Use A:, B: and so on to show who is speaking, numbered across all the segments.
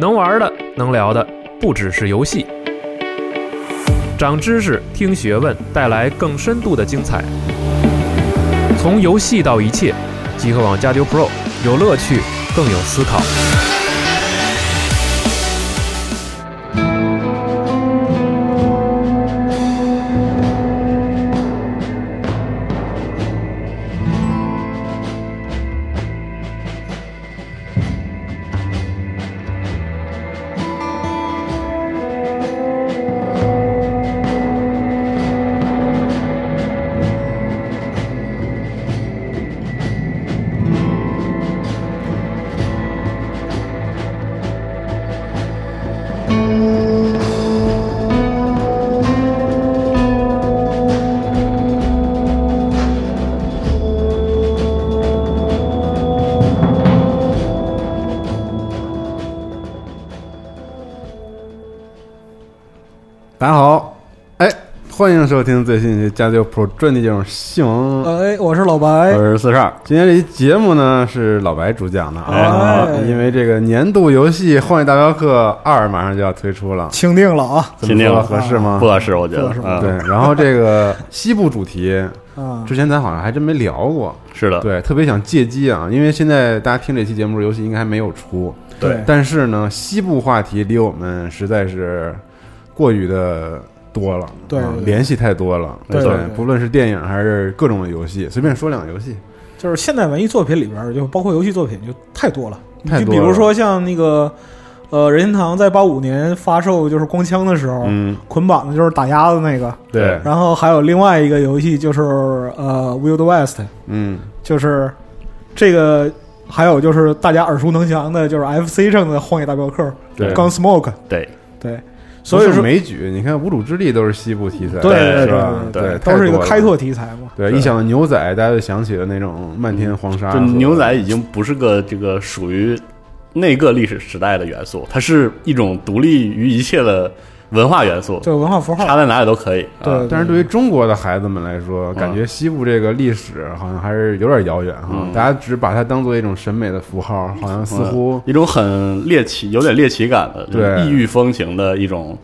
A: 能玩的、能聊的，不只是游戏。长知识、听学问，带来更深度的精彩。从游戏到一切，极客网加丢 Pro 有乐趣，更有思考。
B: 大家好，哎，欢迎收听最新一期《家教 Pro 专题节目》西蒙，
C: 哎，我是老白
D: 我，是四十二，
B: 今天这期节目呢是老白主讲的啊，
C: 哎
B: 因为这个年度游戏《荒野大镖客二》马上就要推出了，
C: 钦定了啊
B: 这么
D: 确定
B: 说
D: 了
B: 合适吗
D: 不？合适，我觉
C: 不
D: 得
C: 合适，
D: 嗯
B: 对，，然后这个西部主题，
C: 啊！
B: 之前咱好像还真没聊过，
D: 是的，
B: 对，特别想借机啊，因为现在大家听这期节目，游戏应该还没有出，
C: 对
B: 但是呢，西部话题离我们实在是过于的多了，
C: 对
B: 啊
C: 对
B: 联系太多了，
C: 对对对
B: 不论是电影还是各种的游戏，随便说两个游戏，
C: 就是现代文艺作品里边儿，就包括游戏作品，就太多了。
B: 太多了
C: 就比如说像那个，呃，任天堂在八五年发售就是光枪的时候，
B: 嗯，
C: 捆绑的就是打鸭子那个。
B: 对，
C: 然后还有另外一个游戏就是呃《Wild West》，
B: 嗯，
C: 就是这个，还有就是大家耳熟能详的，就是 FC 上的《荒野大镖客》
B: 对
C: 《Gunsmoke》。
D: 对，
C: 对，所以
B: 不是
C: 说
B: 美举，你看《无主之地》都是西部题材，
C: 对
D: 对
B: 是吧？
D: 对对
C: 都是一个开。
B: 太多
C: 拓
B: 了
C: 题材嘛。
B: 对，
D: 是
B: 一想牛仔，大家就想起了那种漫天黄沙。
D: 就嗯牛仔已经不是个这个属于那个历史时代的元素，它是一种独立于一切的文化元素，
C: 对文化符号
D: 插，在哪里都可以。啊
C: 对
B: 但是对于中国的孩子们来说，感觉西部这个历史好像还是有点遥远哈。
D: 嗯
B: 大家只把它当做一种审美的符号，好像似乎
D: 嗯一种很猎奇，有点猎奇感的，
B: 对
D: 就是异域风情的一种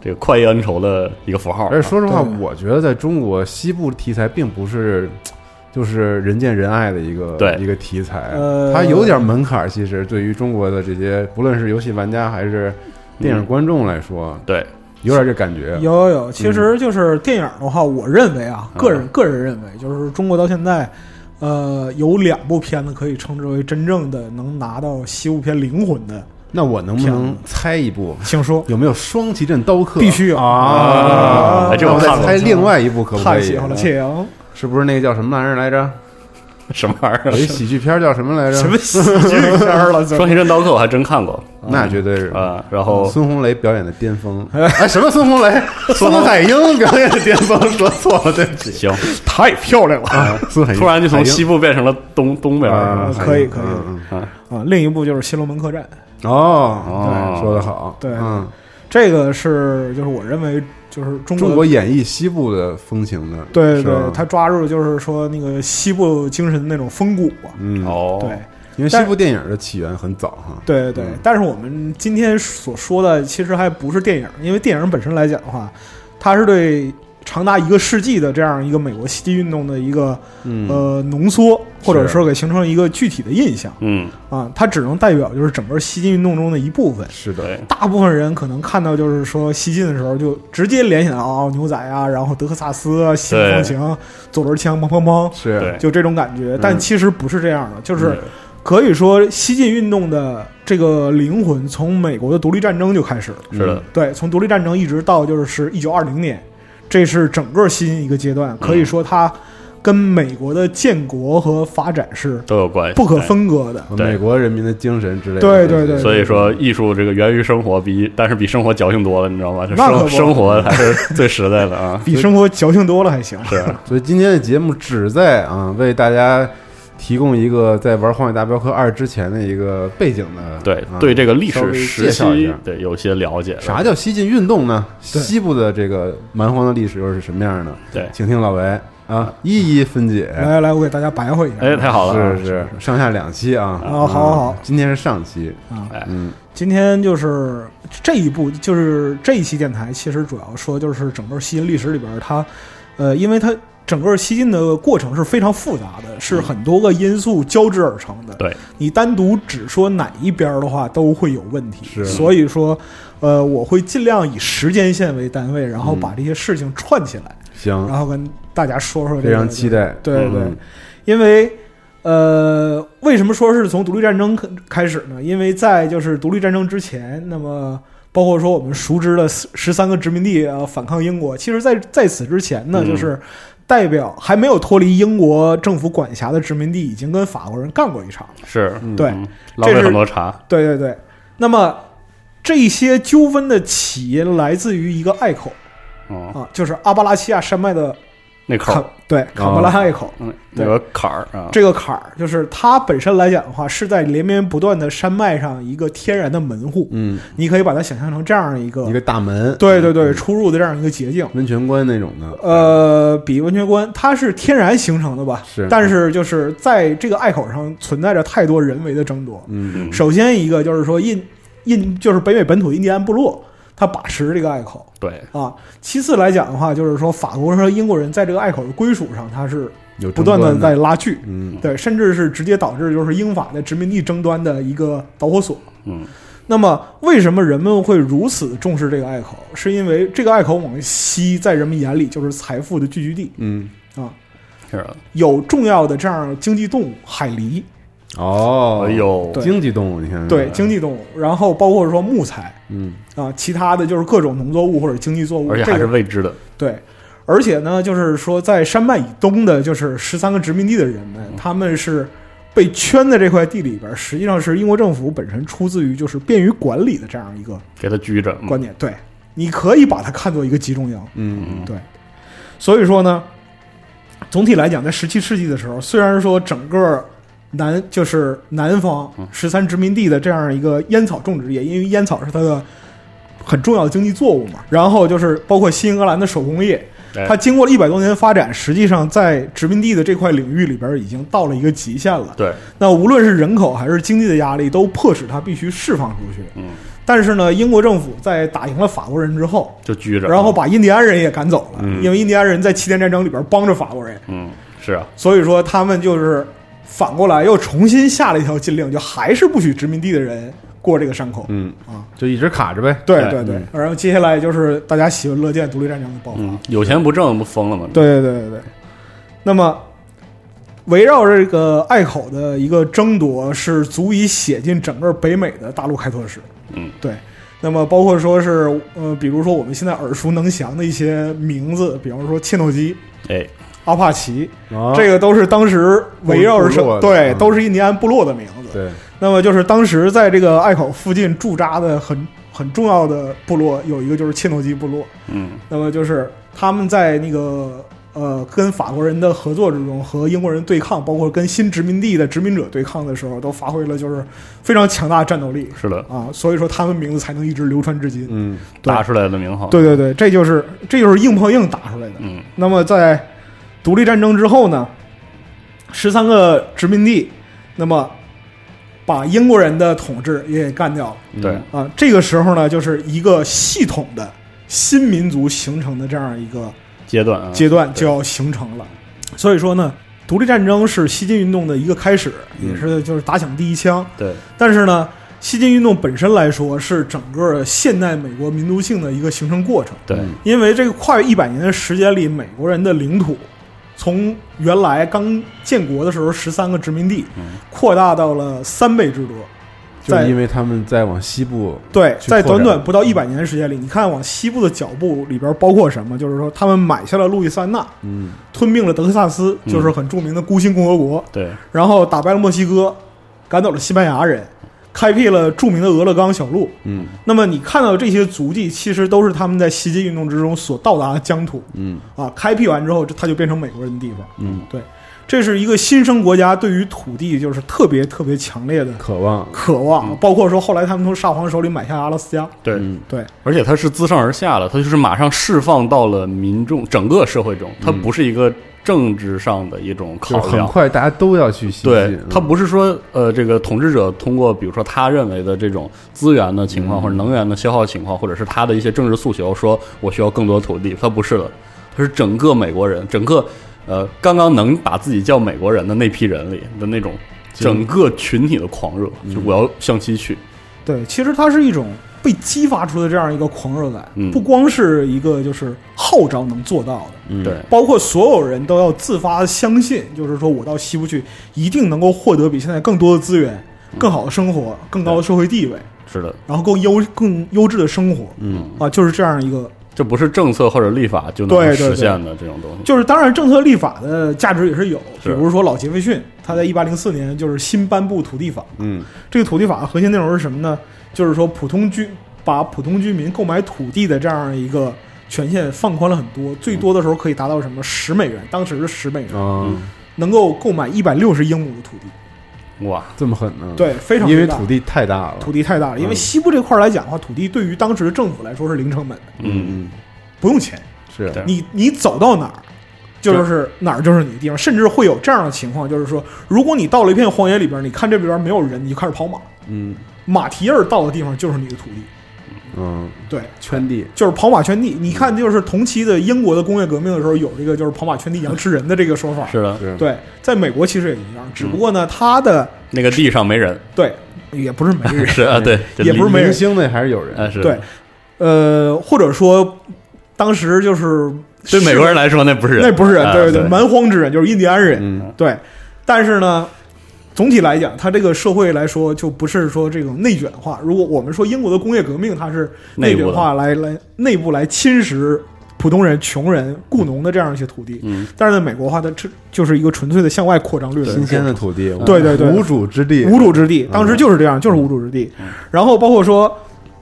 D: 这个快意恩仇的一个符号。
B: 而且说实话，
C: 对
B: 我觉得在中国西部题材并不是。就是人见人爱的一个
D: 对
B: 一个题材，
C: 呃
B: 它有点门槛儿。其实对于中国的这些，不论是游戏玩家还是
D: 嗯
B: 电影观众来说，
D: 对，
B: 有点这感觉。
C: 有有有，其
B: 嗯
C: 实就是电影的话，我认为啊，
D: 嗯
C: 个人个人认为，就是中国到现在，呃，有两部片子可以称之为真正的能拿到西部片灵魂的，
B: 那我能不
C: 天
B: 能猜一部？
C: 请说。
B: 有没有双旗镇刀客？
C: 必须有
B: 啊！
D: 哎这
B: 那
D: 我
B: 我
D: 看
B: 再
D: 过
B: 猜另外一部可不可
C: 太
B: 以？啊
C: 喜欢了，请
B: 是不是那个叫什么来着 来着？
D: 什么玩意
B: 有
D: 儿？
B: 一喜剧片叫什么来着？
C: 什么喜剧片了？这
D: 双旗镇刀客我还真看过
B: 那绝对是
D: 啊，然后
B: 孙红雷表演的巅 峰。哎，什么孙红雷？孙海英表演 的巅峰，说错了，对不起。
D: 行，
C: 太漂亮了
B: 啊，孙海英
D: 突然就从西部变成了东东边儿
B: 啊，
C: 可以
B: 海英
C: 可以
B: 嗯嗯
C: 啊！另一部就是《新龙门客栈》，
B: 哦，
D: 哦
B: 对，说的好。
C: 对
B: 嗯，
C: 这个是就是我认为就是中国
B: 中国演绎西部的风情的，
C: 对对
B: 是吧
C: 对，他抓住就是说那个西部精神的那种风骨啊，
B: 嗯，
D: 哦，
C: 对。
B: 因为西部电影的起源很早哈。
C: 对对对，但是我们今天所说的其实还不是电影，因为电影本身来讲的话，它是对长达一个世纪的这样一个美国西地运动的一个、
B: 嗯，
C: 呃浓缩，或者说给形成一个具体的印象
D: 嗯，
C: 啊，它只能代表就是整个西进运动中的一部分。
B: 是的，
D: 对，
C: 大部分人可能看到就是说西进的时候，就直接联想到哦牛仔啊，然后德克萨斯啊，西部风情，左轮枪，砰砰砰，
B: 是啊
D: 对
C: 就这种感觉。但其实不是这样的，就是。
D: 哎嗯
C: 可以说，西进运动的这个灵魂从美国的独立战争就开始了。
D: 是的，
C: 对，从独立战争一直到就是一九二零年，这是整个西进一个阶
D: 嗯
C: 段。可以说，它跟美国的建国和发展是
D: 都有关系，
C: 不可分割的。
D: 对
B: 美国人民的精神之类的。
C: 对对对
D: 对。所以说，艺术这个源于生活比，但是比生活矫情多了，你知道吗？就
C: 那可不。
D: 生生活还是最实在的啊
C: 比生活矫情多了还行。
D: 是，
B: 所以今天的节目旨在啊，为大家提供一个在玩《荒野大镖客二》之前的一个背景的，
D: 对
C: 嗯
B: 啊、
D: 对，这个历
B: 稍
D: 史
B: 微
D: 时
B: 介绍一
D: 期
B: 下，
D: 对有些了解。
B: 啥？叫西晋运动呢？
C: 对
B: 西部的这个蛮荒的历史又是什么样的？
D: 对
B: 请听老维啊，一一分解。
C: 来来来，我给大家白话一下。
D: 哎，太好了，
B: 是是，上啊下两期啊。
C: 啊好好好
B: 嗯今天是上期，
C: 啊，
B: 嗯，
C: 今天就是这一部，就是这一期电台，其实主要说就是整个西晋历史里边儿它，呃，因为它整个西晋的过程是非常复杂的，是很多个因素交织而成的。
D: 对，
C: 你单独只说哪一边儿的话，都会有问题。
B: 是
C: 所以说，呃，我会尽量以时间线为单位，然后
B: 嗯
C: 把这些事情串起来，
B: 行，
C: 然后跟大家说说这个。
B: 非常期待。
C: 对对对
B: 嗯
C: 因为呃，为什么说是从独立战争开开始呢？因为在就是独立战争之前，那么包括说我们熟知的十三个殖民地啊反抗英国，其实在在此之前呢，
D: 嗯
C: 就是。代表还没有脱离英国政府管辖的殖民地，已经跟法国人干过一场了。
D: 是，
B: 嗯
C: 对
D: 嗯，
C: 这
D: 捞
C: 是
D: 了很多茶，
C: 对对对，那么这些纠纷的起因来自于一个隘口
D: 嗯，
C: 啊，就是阿巴拉契亚山脉的
D: 那口
C: 坎哦
D: 儿，
C: 对坎伯拉隘口。
D: 嗯，那个坎儿啊，
C: 啊这个坎儿，就是它本身来讲的话，是在连绵不断的山脉上一个天然的门户，
B: 嗯，
C: 你可以把它想象成这样一个，
B: 一个大门，
C: 对对对，
B: 嗯，
C: 出入的这样一个捷径。
B: 温泉关那种的，
C: 呃，比温泉关它是天然形成的吧？
B: 是
C: 但是就是在这个隘口上存在着太多人为的争夺。
B: 嗯，
D: 嗯
C: 首先一个就是说印印就是北美本土印第安部落，它把持这个隘口
D: 对，
C: 啊。其次来讲的话，就是说法国人和英国人在这个隘口的归属上，它是
B: 有
C: 不断
B: 的
C: 的在，拉锯。
B: 嗯，
C: 对，甚至是直接导致就是英法在殖民地争端的一个导火索。
D: 嗯，
C: 那么，为什么人们会如此重视这个隘口？是因为这个隘口往西，在人们眼里就是财富的聚居地
B: 嗯，
C: 啊，
D: 是，
C: 有重要的这样经济动物海狸，
D: 嗯
B: 哦，
D: 哎呦，
C: 对
B: 经济动物，你看，
C: 对，经济动物，然后包括说木材
B: 嗯，
C: 啊，其他的就是各种农作物或者经济作物，
D: 而且
C: 这
D: 还是
C: 个
D: 未知的，
C: 对。而且呢，就是说，在山脉以东的，就是十三个殖民地的人们，他们是被圈在这块地里边儿，实际上是英国政府本身出自于就是便于管理的这样一个
D: 给它拘着，嗯
C: 观点。对，你可以把它看作一个集中营。
B: 嗯，
D: 嗯，
C: 对，所以说呢，总体来讲，在十七世纪的时候，虽然说整个南就是南方十三殖民地的这样一个烟草种植业，因为烟草是它的很重要的经济作物嘛，然后就是包括新英格兰的手工业，
D: 哎
C: 它经过了一百多年的发展，实际上在殖民地的这块领域里边已经到了一个极限了。
D: 对，
C: 那无论是人口还是经济的压力，都迫使它必须释放出去。
D: 嗯，
C: 但是呢，英国政府在打赢了法国人之后，
D: 就拘着，
C: 然后，把印第安人也赶走了，
D: 嗯
C: 因为印第安人在七天战争里边帮着法国人，
D: 嗯，是啊，
C: 所以说他们就是反过来又重新下了一条禁令，就还是不许殖民地的人过这个山口。
B: 嗯
C: 啊，
B: 就一直卡着呗，哎
C: 对对
D: 对
C: 对，然后接下来就是大家喜闻乐见独立战争的爆发。
D: 嗯，有钱不挣不疯了吗？
C: 对对对对对，那么。围绕这个隘口的一个争夺，是足以写进整个北美的大陆开拓史。
D: 嗯，
C: 对。那么包括说是，呃，比如说我们现在耳熟能详的一些名字，比方说切诺基，
D: 哎，
C: 阿帕奇，
B: 啊
C: 这个都是当时围绕着
B: 部落的
C: 是，对，
B: 嗯
C: 都是印第安部落的名字。
B: 对，
C: 那么就是当时在这个隘口附近驻扎的很很重要的部落，有一个就是切诺基部落。
D: 嗯，
C: 那么就是他们在那个呃跟法国人的合作之中，和英国人对抗，包括跟新殖民地的殖民者对抗的时候，都发挥了就是非常强大的战斗力
D: 是的，
C: 啊，所以说他们名字才能一直流传至今。
B: 嗯，
C: 对
D: 打出来的名号，，
C: 对对对，这就是这就是硬碰硬打出来的。
D: 嗯，
C: 那么在独立战争之后呢，十三个殖民地，那么把英国人的统治也干掉了
B: 嗯
D: 对，
C: 啊。这个时候呢，就是一个系统的新民族形成的这样一个
D: 阶段啊，
C: 阶段就要形成了。所以说呢，独立战争是西进运动的一个开始，也是就是打响第一枪。
D: 对，
C: 但是呢，西进运动本身来说是整个现代美国民族性的一个形成过程。
D: 对，
B: 嗯
C: 因为这个跨越一百年的时间里，美国人的领土从原来刚建国的时候十三个殖民地
D: 嗯，
C: 扩大到了三倍之多。
B: 就是
C: 在
B: 因为他们在往西部，
C: 对，
B: 去
C: 在
B: 扩
C: 短
B: 展嗯
C: 短不到一百年的时间里，你看往西部的脚步里边包括什么？就是说，他们买下了路易斯安那，
B: 嗯，
C: 吞并了德克萨斯，
D: 嗯
C: 就是很著名的孤星共和国，
D: 对，
C: 然后打败了墨西哥，赶走了西班牙人，开辟了著名的俄勒冈小路。
B: 嗯
C: 那么你看到这些足迹，其实都是他们在西进运动之中所到达的疆土。
B: 嗯
C: 啊，开辟完之后，这它就变成美国人的地方。
B: 嗯，
C: 对，这是一个新生国家对于土地就是特别特别强烈的
B: 渴望，
C: 渴望，
D: 嗯
C: 包括说后来他们从沙皇手里买下阿拉斯加，
D: 对
B: 嗯
C: 对，
D: 而且它是自上而下的，它就是马上释放到了民众整个社会中，它
B: 嗯
D: 不是一个政治上的一种
B: 就是
D: 考
B: 很
D: 量。
B: 快大家都要去袭击，
D: 对
B: 嗯，
D: 它不是说呃，这个统治者通过比如说他认为的这种资源的情况，
B: 嗯
D: 或者能源的消耗情况，或者是他的一些政治诉求，说我需要更多土地，它不是的，它是整个美国人，整个呃刚刚能把自己叫美国人的那批人里的那种整个群体的狂热，
C: 嗯
D: 就我要向西去，
C: 对，其实它是一种被激发出的这样一个狂热感，
D: 嗯
C: 不光是一个就是号召能做到的，
B: 嗯
D: 对，
C: 包括所有人都要自发地相信，就是说我到西部去一定能够获得比现在更多的资源、更好的生活、更高的社会地位，
D: 是的，
C: 然后更优更优质的生活
B: 嗯
C: 啊，就是这样一个。
D: 这不是政策或者立法就
C: 对对
D: 能
C: 对
D: 实现的这种东西。
C: 就是当然，政策立法的价值也是有，比
D: 是
C: 如说老杰斐逊，他在一八零四年就是新颁布土地法，
B: 嗯
C: 这个土地法的核心内容是什么呢？就是说普通居把普通居民购买土地的这样一个权限放宽了很多，最多的时候可以达到什么十美元，当时是十美元，
B: 啊，
D: 嗯
C: 能够购买一百六十英亩的土地，
D: 哇，
B: 这么狠呢？
C: 对，，非常
B: 嗯因为
C: 巨大
B: 土地太大了，
C: 土地太大了，因为
B: 嗯
C: 西部这块儿来讲的话，土地对于当时的政府来说是零成本的，
D: 嗯，
B: 嗯，
C: 不用钱，
B: 是
D: 对
C: 你你走到哪儿。就是哪儿就是你的地方，甚至会有这样的情况，就是说，如果你到了一片荒野里边，你看这边没有人，你就开始跑马，
B: 嗯
C: 马蹄印儿到的地方就是你的土地，
B: 嗯，
C: 对，
B: 圈地，
C: 就是跑马圈地。你看，就是同期的英国的工业革命的时候，有这个就是跑马圈地羊吃人的这个说法。
D: 是嗯的，
B: 是，
C: 对，在美国其实也一样，只不过呢，它的
D: 那个地上没人，
C: 对也不是每个人
D: 是啊，对，这
C: 也
D: 离
C: 不是没人
B: 明星那还是有人，
D: 啊，是
C: 对，呃，或者说当时就是
D: 对美国人来说那不是人，
C: 那不是人，
D: 啊
C: 对
D: 对
C: 对，蛮荒之人就是印第安人，
B: 嗯
C: 对。但是呢，总体来讲，它这个社会来说就不是说这种内卷化。如果我们说英国的工业革命，它是内
D: 内部
C: 卷
D: 的
C: 化来来内部来侵蚀普通人、穷人、雇农的这样一些土地，
D: 嗯，
C: 但是在美国的话，它这就是一个纯粹的向外扩张掠夺，
B: 新鲜的土地，
C: 对对对
B: 无主之地，
C: 无主之地，
B: 嗯
C: 当时就是这样，就是无主之地。然后包括说，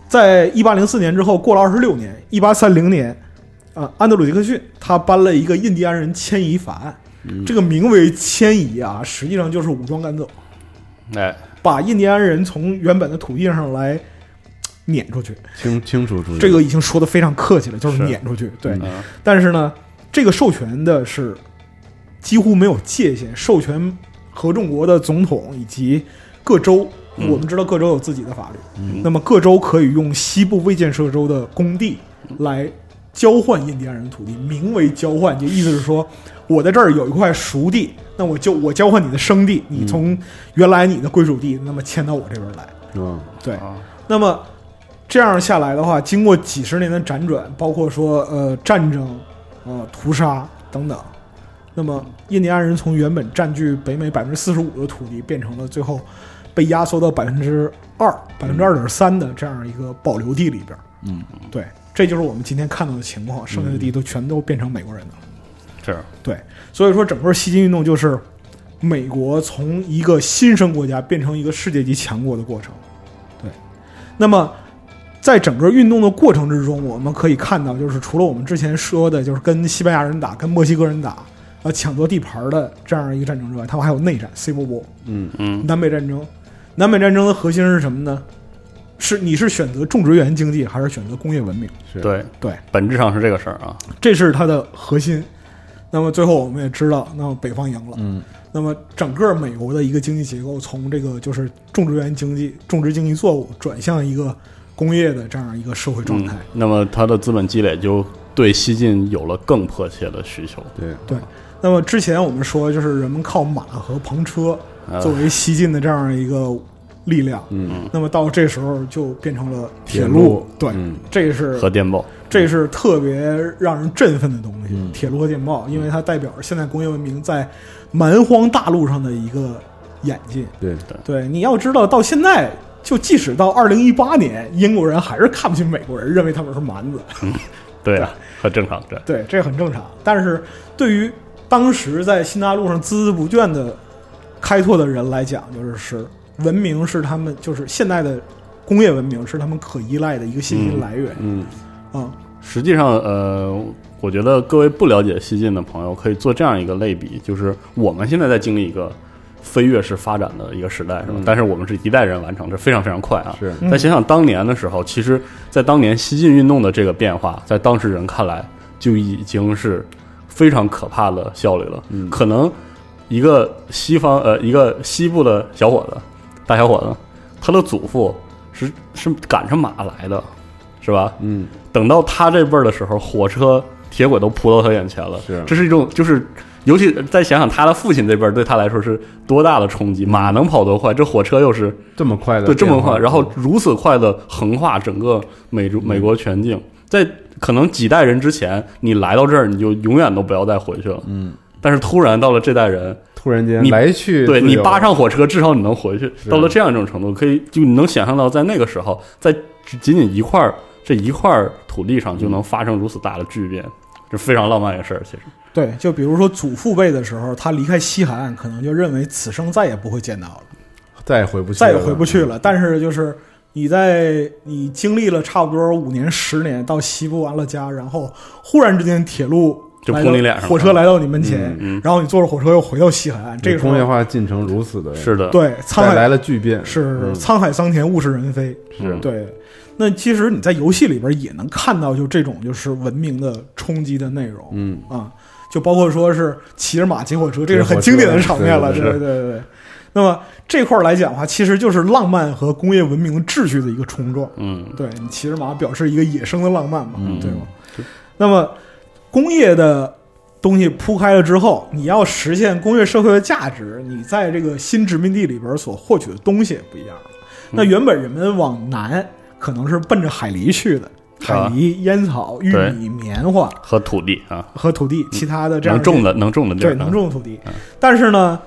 C: 在一八零四年之后，过了二十六年，一八三零年，啊，安德鲁·杰克逊他颁了一个印第安人迁移法案，这个名为迁移啊，实际上就是武装赶走，
D: 哎，
C: 把印第安人从原本的土地上来嘖撵出去。
B: 清清楚楚，
C: 这个已经说的非常客气了，就是
D: 是
C: 撵出去。对，
D: 嗯
C: 但是呢，这个授权的是几乎没有界限，授权合众国的总统以及各州。
D: 嗯
C: 我们知道各州有自己的法律，
D: 嗯
C: 那么各州可以用西部未建设州的工地来交换印第安人的土地，名为交换，就意思是说，我在这儿有一块熟地，那我就我交换你的生地，你从原来你的归属地，那么迁到我这边来。
B: 嗯
C: 对，
D: 啊
C: 那么这样下来的话，经过几十年的辗转，包括说呃战争、呃屠杀等等，那么印第安人从原本占据北美百分之四十五的土地，变成了最后被压缩到百分之二、百分之二点三的这样一个保留地里边。
B: 嗯，
C: 对，这就是我们今天看到的情况，剩下的地都全都变成美国人的了。
D: 是
C: 对，所以说整个西进运动就是美国从一个新生国家变成一个世界级强国的过程。对，那么在整个运动的过程之中，我们可以看到，就是除了我们之前说的，就是跟西班牙人打、跟墨西哥人打，呃，抢夺地盘的这样一个战争之外，他们还有内战 （Civil War）。
B: 嗯
D: 嗯
C: 南北战争，南北战争的核心是什么呢？是你是选择种植园经济，还是选择工业文明？
B: 是，
D: 对
C: 对，
D: 本质上是这个事儿啊，
C: 这是它的核心。那么最后我们也知道，那么北方赢了。
B: 嗯
C: 那么整个美国的一个经济结构，从这个就是种植园经济、种植经济作物，转向一个工业的这样一个社会状态。
D: 嗯那么它的资本积累就对西进有了更迫切的需求，
B: 对，
C: 那么之前我们说，就是人们靠马和篷车
D: 啊
C: 作为西进的这样一个力量。
B: 嗯，
C: 那么到这时候就变成了铁
B: 铁路
C: 对，
B: 嗯
C: 这是
D: 和电报，
C: 这是特别让人振奋的东西，
B: 嗯
C: 铁路和电报，因为它代表着现代工业文明在蛮荒大陆上的一个演进。
B: 对，
C: 对，你要知道，到现在就即使到二零一八年，英国人还是看不起美国人，认为他们是蛮子。
D: 对啊，很正常，对，
C: 对，这很正常。但是对于当时在新大陆上孜孜不倦的开拓的人来讲，就是是文明是他们就是现代的工业文明是他们可依赖的一个信息来源啊、
B: 嗯
D: 实际上，呃，我觉得各位不了解西晋的朋友可以做这样一个类比，就是我们现在在经历一个飞跃式发展的一个时代，是吧？
B: 嗯
D: 但是我们是一代人完成，这非常非常快啊。
B: 是
C: 嗯
D: 但想想当年的时候，其实，在当年西晋运动的这个变化，在当事人看来就已经是非常可怕的效率了。
B: 嗯
D: 可能一个西方呃，一个西部的小伙子，大小伙子，他的祖父是是赶上马来的，是吧？
B: 嗯，
D: 等到他这辈儿的时候，火车、铁轨都扑到他眼前了。
B: 是
D: 这是一种就是。尤其再想想他的父亲这辈儿，对他来说是多大的冲击！马能跑多快，这火车又是
B: 这么快的
D: 对，这么
B: 变化
D: 快，然后如此快的横跨整个美洲美国全境，在可能几代人之前，你来到这儿你就永远都不要再回去了。
B: 嗯，
D: 但是突然到了这代人，
B: 突然间
D: 你
B: 来去
D: 对
B: 自
D: 你
B: 由
D: 扒上火车，至少你能回去。
B: 是
D: 到了这样一种程度，可以就你能想象到，在那个时候，在只仅仅一块儿这一块儿土地上就能发生如此大的巨变，这非常浪漫一个事儿。其实，
C: 对，就比如说祖父辈的时候，他离开西海岸，可能就认为此生再也不会见到了，
B: 再也回不去，
C: 再也回不去。了。但是就是你在你经历了差不多五年、十年到西部安了家，然后忽然之间铁路
D: 就
C: 来
D: 扑
C: 到
D: 你脸上了
C: 火车来到你门前，
D: 嗯，
C: 然后你坐着火车又回到西海岸，这个时候
B: 工业化进程如此的
D: 是的，
C: 对沧
B: 带
C: 海
B: 来了巨变，
C: 是
B: 嗯
C: 沧海桑田，物是人非。
D: 嗯
C: 对，那其实你在游戏里边也能看到，就这种就是文明的冲击的内容
B: 嗯，
C: 啊，就包括说是骑着马骑火车，这是
B: 骑火
C: 很
B: 车
C: 经典的场面了。
B: 是
C: 对
B: 是
C: 对对对。那么这块儿来讲的话，其实就是浪漫和工业文明的秩序的一个冲撞。
D: 嗯，
C: 对你骑着马表示一个野生的浪漫嘛，
B: 嗯
C: 对吗？那么工业的东西铺开了之后，你要实现工业社会的价值，你在这个新殖民地里边所获取的东西也不一样了。
D: 嗯
C: 那原本人们往南可能是奔着海狸去的，海
D: 啊
C: 狸、烟草、玉
D: 对
C: 米、棉花
D: 和土地啊，
C: 和土地，其他的这样
D: 能
C: 的
D: 种的能种的地儿
C: 对
D: 啊，
C: 能种的土地。但是呢，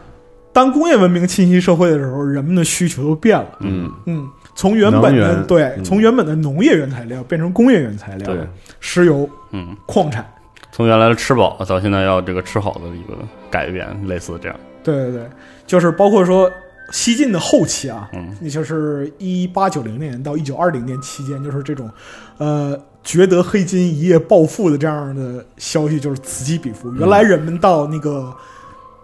C: 当工业文明侵袭社会的时候，人们的需求都变了。
B: 嗯，
C: 嗯，从原本
B: 能
C: 的
B: 源
C: 对，
B: 嗯
C: 从原本的农业原材料变成工业原材料，
B: 对，
C: 石油、
D: 嗯。
C: 矿产，
D: 从原来的吃饱到现在要这个吃好的一个改变，类似这样，
C: 对对对，就是包括说西晋的后期啊，
D: 嗯，
C: 也就是一八九零年到一九二零年期间，就是这种，呃，觉得黑金一夜暴富的这样的消息就是此起彼伏。原来人们到那个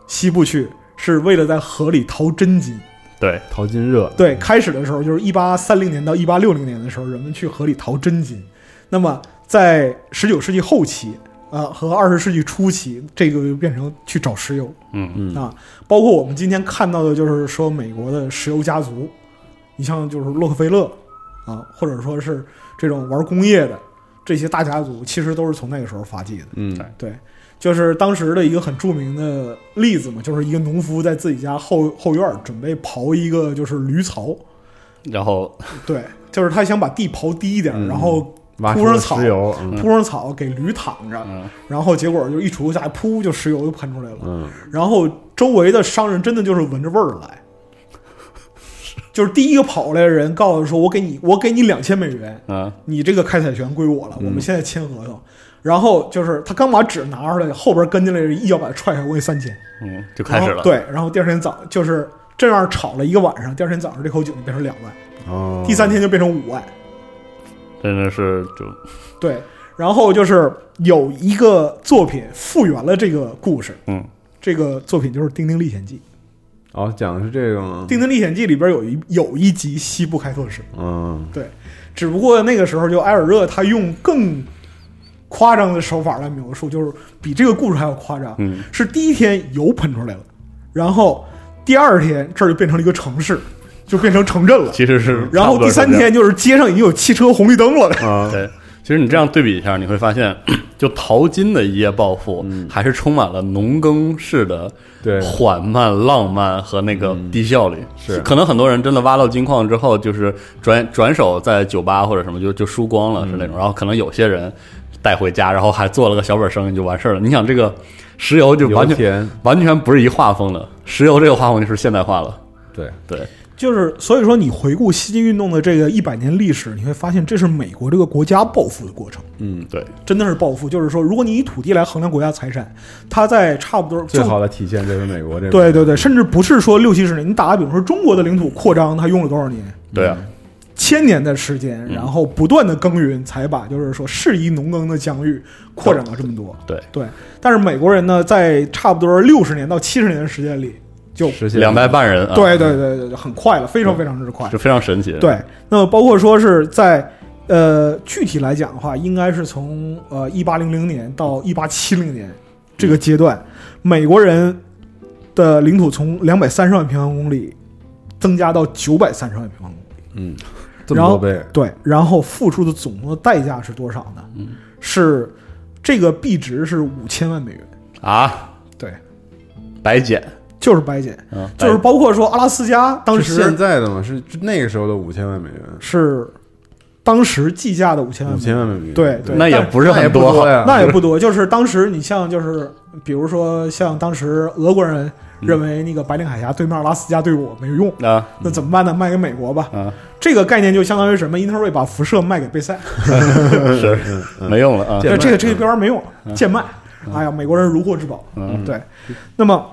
C: 西部去是为了在河里淘真金，
D: 对，
B: 淘金热，
C: 对，开始的时候就是一八三零年到一八六零年的时候，人们去河里淘真金。那么在十九世纪后期啊、呃和二十世纪初期，这个就变成去找石油
D: 嗯，
B: 嗯
C: 啊。包括我们今天看到的，就是说美国的石油家族，你像就是洛克菲勒啊，或者说是这种玩工业的这些大家族，其实都是从那个时候发迹的。
B: 嗯
C: 对，就是当时的一个很著名的例子嘛，就是一个农夫在自己家后后院儿准备刨一个就是驴槽，
D: 然后
C: 对，就是他想把地刨低一点儿，
B: 嗯
C: 然后
B: 挖
C: 铺
B: 出
C: 上
B: 了
C: 草
B: 石油，嗯
C: 铺上草给驴躺着，
D: 嗯，
C: 然后结果就一锄下来，噗就石油就喷出来了，
B: 嗯，
C: 然后周围的商人真的就是闻着味儿来。就是第一个跑过来的人告诉说：“我给你，我给你两千美元，
D: 嗯，
C: 你这个开采权归我了，
B: 嗯
C: 我们现在签合同。然后就是他刚把纸拿出来，后边跟进来人一脚把他踹开，我给你三千。
D: 嗯，就开始
C: 然后
D: 了，，
C: 对，然后第二天早就是这样吵了一个晚上，第二天早上这口酒就变成两万，
B: 哦，
C: 第三天就变成五万。
D: 真的是就
C: 对，然后就是有一个作品复原了这个故事，
D: 嗯，
C: 这个作品就是《丁丁历险记》。
B: 哦，讲的是这个吗
C: 《丁丁历险记》里边有一有一集西部开拓史，
B: 嗯，
C: 只不过那个时候就埃尔热他用更夸张的手法来描述，就是比这个故事还要夸张。
D: 嗯，
C: 是第一天油喷出来了，然后第二天这儿就变成了一个城市，就变成城镇了。
D: 其实是，
C: 然后第三，天就是街上已经有汽车红绿灯了，
B: 啊，
D: 对，其实你这样对比一下，你会发现，就淘金的一夜暴富，还是充满了农耕式的
B: 嗯对，嗯
D: 缓慢、浪漫和那个低效率。
B: 是
D: 可能很多人真的挖到金矿之后，就是转转手在酒吧或者什么就就输光了，是那
B: 嗯
D: 种。然后可能有些人带回家，然后还做了个小本生意就完事儿了。你想这个石油就
B: 油
D: 完全
B: 田，
D: 完全不是一画风的，石油这个画风就是现代化了。
B: 对，
D: 对，
C: 就是所以说，你回顾西晋运动的这个一百年历史，你会发现这是美国这个国家暴富的过程，
B: 嗯，
D: 对，
C: 真的是暴富。就是说，如果你以土地来衡量国家财产，它在差不多
B: 最
C: 就
B: 好的体现就是美国这，嗯
C: 对，对对，甚至不是说六七十年。你打个比方说，中国的领土扩张，它用了多少年？
D: 对啊，
C: 千年的时间，
D: 嗯
C: 然后不断的耕耘，才把就是说适宜农耕的疆域扩展到这么多。
D: 对
C: 对，但是美国人呢，在差不多六十年到七十年的时间里，就
B: 实现
D: 两代半人啊，
C: 对对对对，很快了，非常非常之快。
D: 是非常神奇。，
C: 对，那么包括说是在呃具体来讲的话，应该是从呃一八零零年到一八七零年这个阶段，美国人的领土从两百三十万平方公里增加到九百三十万平方公里。
B: 嗯，这么多倍，
C: 对，然后付出的总共的代价是多少呢？
D: 嗯
C: 是这个币值是五千万美元。
D: 啊，
C: 对，
D: 白捡，
C: 就是白捡，
D: 嗯，
C: 就是包括说阿拉斯加当
B: 是现
C: 时
B: 在的吗？是是那个时候的五千万美元，
C: 是当时计价的五千万
B: 五
C: 美元，
B: 千万美元，
C: 对对
D: 那也不是
B: 那也
D: 很
B: 不多呀，
C: 那也不多。就是当时你像就是比如说像当时俄国人认为那个白令海峡对面阿拉斯加对我没有用，
D: 啊
C: 那怎么办呢？卖给美国吧。
D: 啊，
C: 这个概念就相当于什么？英特尔把辐射卖给贝塞，
D: 是没用了啊，
B: 贱
C: 对
B: 卖
C: 这个这个标签没用了，贱卖。哎呀，美国人如获至宝。
D: 嗯
C: 对，那么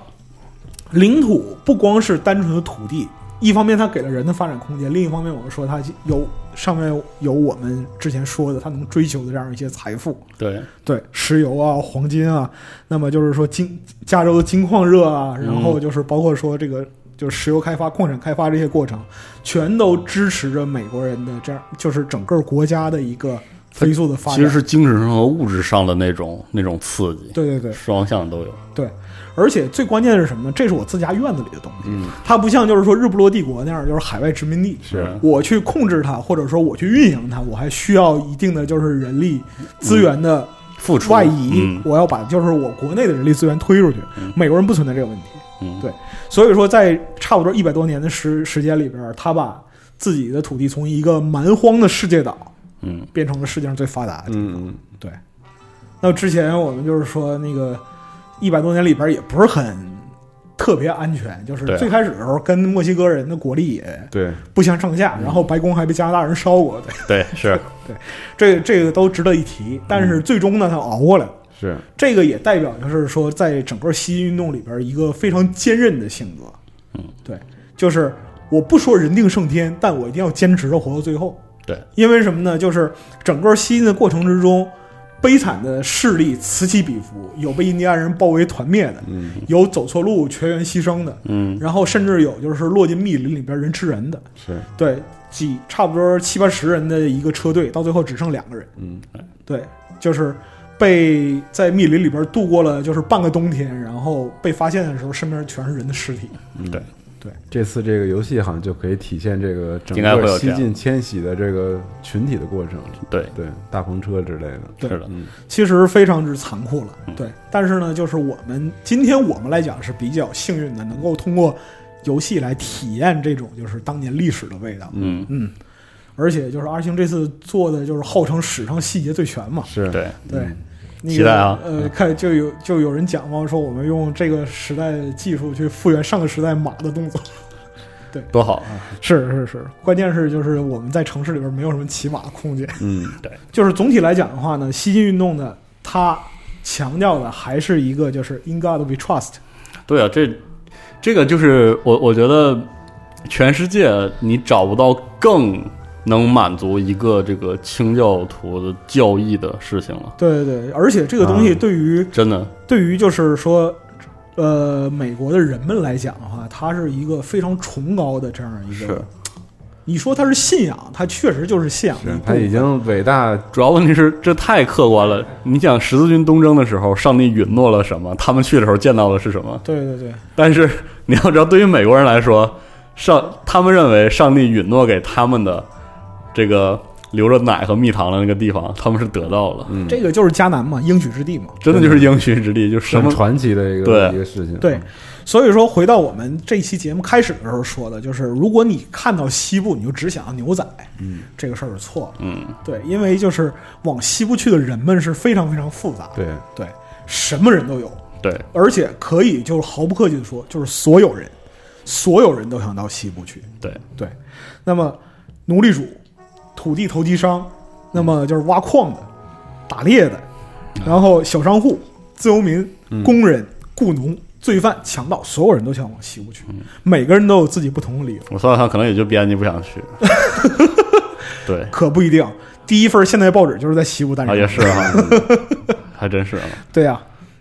C: 领土不光是单纯的土地，一方面它给了人的发展空间，另一方面我们说它有上面有我们之前说的，它能追求的这样一些财富，
D: 对，
C: 对，石油啊、黄金啊，那么就是说金加州的金矿热啊，然
D: 嗯
C: 后就是包括说这个就是石油开发、矿产开发这些过程，全都支持着美国人的这样就是整个国家的一个飞速的发展。
D: 其实是精神上和物质上的那种那种刺激，
C: 对对对，
D: 双向都有。
C: 对，而且最关键的是什么呢？这是我自家院子里的东西，
D: 嗯
C: 它不像就是说日不落帝国那样，就是海外殖民地。
B: 是
C: 我去控制它，或者说我去运营它，我还需要一定的就是人力资源的
D: 付出
C: 外移，
D: 嗯
C: 我要把就是我国内的人力资源推出去。美国人不存在这个问题，
D: 嗯，
C: 对所以说在差不多一百多年的时时间里边，他把自己的土地从一个蛮荒的世界岛
D: 嗯，
C: 变成了世界上最发达的地方
B: 嗯嗯，
C: 对，那之前我们就是说那个一百多年里边也不是很特别安全，就是
D: 对啊
C: 最开始的时候跟墨西哥人的国力也
B: 嗯对，
C: 不相上下，
D: 嗯
C: 然后白宫还被加拿大人烧过，对，
D: 对，是
C: 这这个都值得一提。但
D: 嗯
C: 是最终呢，他熬过来了。
B: 是
C: 这个也代表就是说，在整个西医运动里边一个非常坚韧的性格。
D: 嗯，
C: 对，就是我不说人定胜天，但我一定要坚持着活到最后。
D: 对，
C: 因为什么呢？就是整个西进的过程之中，悲惨的势力此起彼伏，有被印第安人包围团灭的，有走错路全员牺牲的，
D: 嗯，
C: 然后甚至有就是落进密林里边人吃人的，
B: 是，
C: 对，几差不多七八十人的一个车队，到最后只剩两个人，
B: 嗯，
C: 对，就是被在密林里边度过了就是半个冬天，然后被发现的时候，身边全是人的尸体，
D: 对，
B: 嗯这次这个游戏好像就可以体现这个整
D: 应该会
B: 个
D: 有这
B: 西
D: 样
B: 晋迁徙的这个群体的过程，
D: 对，
B: 对，大篷车之类的，嗯
C: 对
D: 是的，
C: 其实非常之残酷了，
D: 嗯
C: 对。但是呢，就是我们今天我们来讲是比较幸运的，能够通过游戏来体验这种就是当年历史的味道，
D: 嗯，
C: 嗯。而且就是阿星这次做的就是号称史上细节最全嘛，
B: 是，
D: 对，
C: 对。那个
D: 嗯期待啊
C: 呃，看就有就有人讲嘛，说我们用这个时代的技术去复原上个时代马的动作，
D: 多好啊！
C: 是是是，关键是就是我们在城市里边没有什么骑马的空间。
B: 嗯，
C: 就是总体来讲的话呢，西进运动呢，它强调的还是一个就是 in God we trust。
D: 对啊，这这个就是我我觉得全世界你找不到更能满足一个这个清教徒的教义的事情了，
C: 对对对，而且这个东西
B: 啊
C: 对于、
D: 真的，
C: 对于就是说，呃，美国的人们来讲的话，它是一个非常崇高的这样一
D: 是
C: 个。你说它是信仰，它确实就是信仰的一
B: 是
C: 部分。
B: 他已经伟大，
D: 主要问题是这太客观了。你想十字军东征的时候，上帝允诺了什么？他们去的时候见到的是什么？
C: 对对对
D: 但是你要知道，对于美国人来说，上他们认为上帝允诺给他们的这个流着奶和蜜糖的那个地方，他们是得到了，
B: 嗯，
C: 这个就是迦南嘛，应许之地嘛。
D: 真的就是应许之地，就什
B: 很
D: 么
B: 传奇的一个
D: 对
B: 一个事情，
C: 对，所以说回到我们这期节目开始的时候说的，就是如果你看到西部，你就只想要牛仔，嗯，这个事儿是错了。
D: 嗯，
C: 对，因为就是往西部去的人们是非常非常复杂的，
B: 对，
C: 对，什么人都有，
D: 对，
C: 而且可以就是毫不客气的说，就是所有人，所有人都想到西部去。
D: 对，
C: 对，那么奴隶主、土地投机商，那么就是挖矿的、打猎
D: 啊
C: 的，然后小商户、自由民、
D: 嗯
C: 工人、雇农、罪犯、强盗，所有人都想
D: 嗯
C: 往西部去，每个人都有自己不同的理由。
D: 我算了算，可能也就编辑不想去，对
C: 可不一定。第一份现代报纸就是在西部诞
D: 啊，
C: 生，
D: 也是哈，嗯还真是啊，
C: 对啊，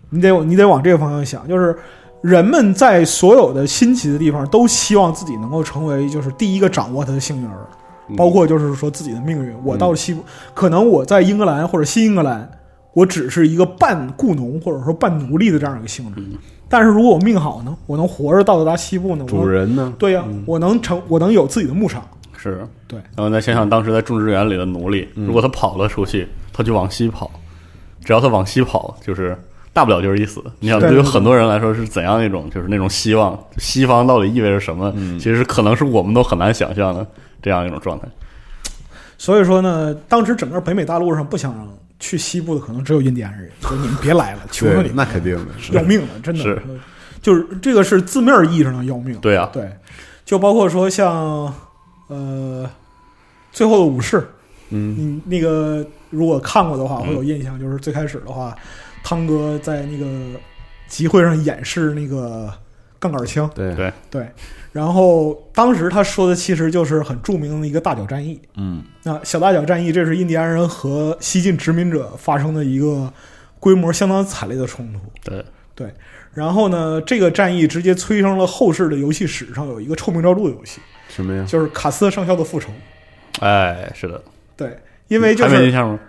C: 你得你得往这个方向想，就是人们在所有的新奇的地方都希望自己能够成为就是第一个掌握他的幸运儿，
D: 嗯
C: 包括就是说自己的命运。我到了
B: 嗯
C: 西部，可能我在英格兰或者新英格兰，我只是一个半雇农或者说半奴隶的这样一个性质，
B: 嗯
C: 但是如果我命好呢，我能活着到达西部呢，我
B: 主人嗯呢？
C: 对呀、我能成，我能有自己的牧场。
D: 是
C: 对，
D: 然后再想想当时在种植园里的奴隶，
C: 嗯
D: 如果他跑了出去，他就往西跑，只要他往西跑，就是大不了就是一死。你想，
C: 对
D: 对于很多人来说是怎样一种就是那种希望，西方到底意味着什么？
C: 嗯
D: 其实是可能是我们都很难想象的这样一种状态。
C: 所以说呢，当时整个北美大陆上不想去西部的，可能只有印第安人，说你们别来了，求求
B: 对
C: 你，们，
B: 那肯定的，是
C: 要命了，真的嗯
D: 是
C: 就是这个是字面意义上的要命。
D: 对啊，
C: 对，就包括说像呃，最后的武士，
B: 嗯，
C: 你那个如果看过的话
D: 嗯
C: 会有印象，就是最开始的话，汤哥在那个集会上演示那个杠杆枪，
B: 对
D: 对
C: 对，然后当时他说的其实就是很著名的一个大角战役。
B: 嗯，
C: 那小大角战役，这是印第安人和西晋殖民者发生的一个规模相当惨烈的冲突。
D: 对，
C: 然后呢，这个战役直接催生了后世的游戏史上有一个臭名昭著的游戏，
B: 什么呀？
C: 就是卡斯特上校的复仇。
D: 哎，是的，
C: 对，因为就
D: 还没印
C: 是嗯
D: 象吗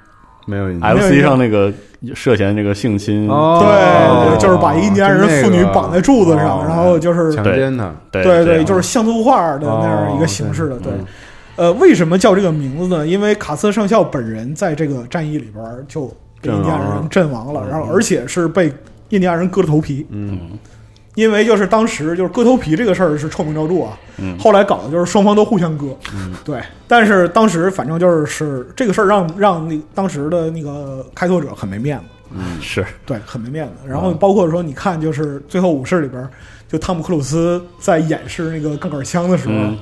B: 没有印象。
C: 有印
D: ？FC
C: 象
D: 上那个涉嫌这个性侵，
B: 哦
C: 哎对，
B: 哦
C: 就是把印第安人妇女绑在柱子上，
B: 哦
C: 然后就是
B: 强奸他，
D: 对
C: 对
D: 这
C: 对，
D: 样
C: 就是像素画的那样一个形式的。对，呃，为什么叫这个名字呢？因为卡斯特上校本人在这个战役里边儿就被印第安人阵亡了，然后而且是被印第安人割了头皮。
D: 嗯
C: 因为就是当时就是割头皮这个事儿是臭名昭著啊，
D: 嗯
C: 后来搞的就是双方都互相割，对。但是当时反正就是是这个事儿让让那当时的那个开拓者很没面子，
D: 嗯是
C: 对，很没面子。然后包括说，你看，就是《最后武士》里边儿，就汤姆克鲁斯在演示那个杠杆枪的时候，
D: 嗯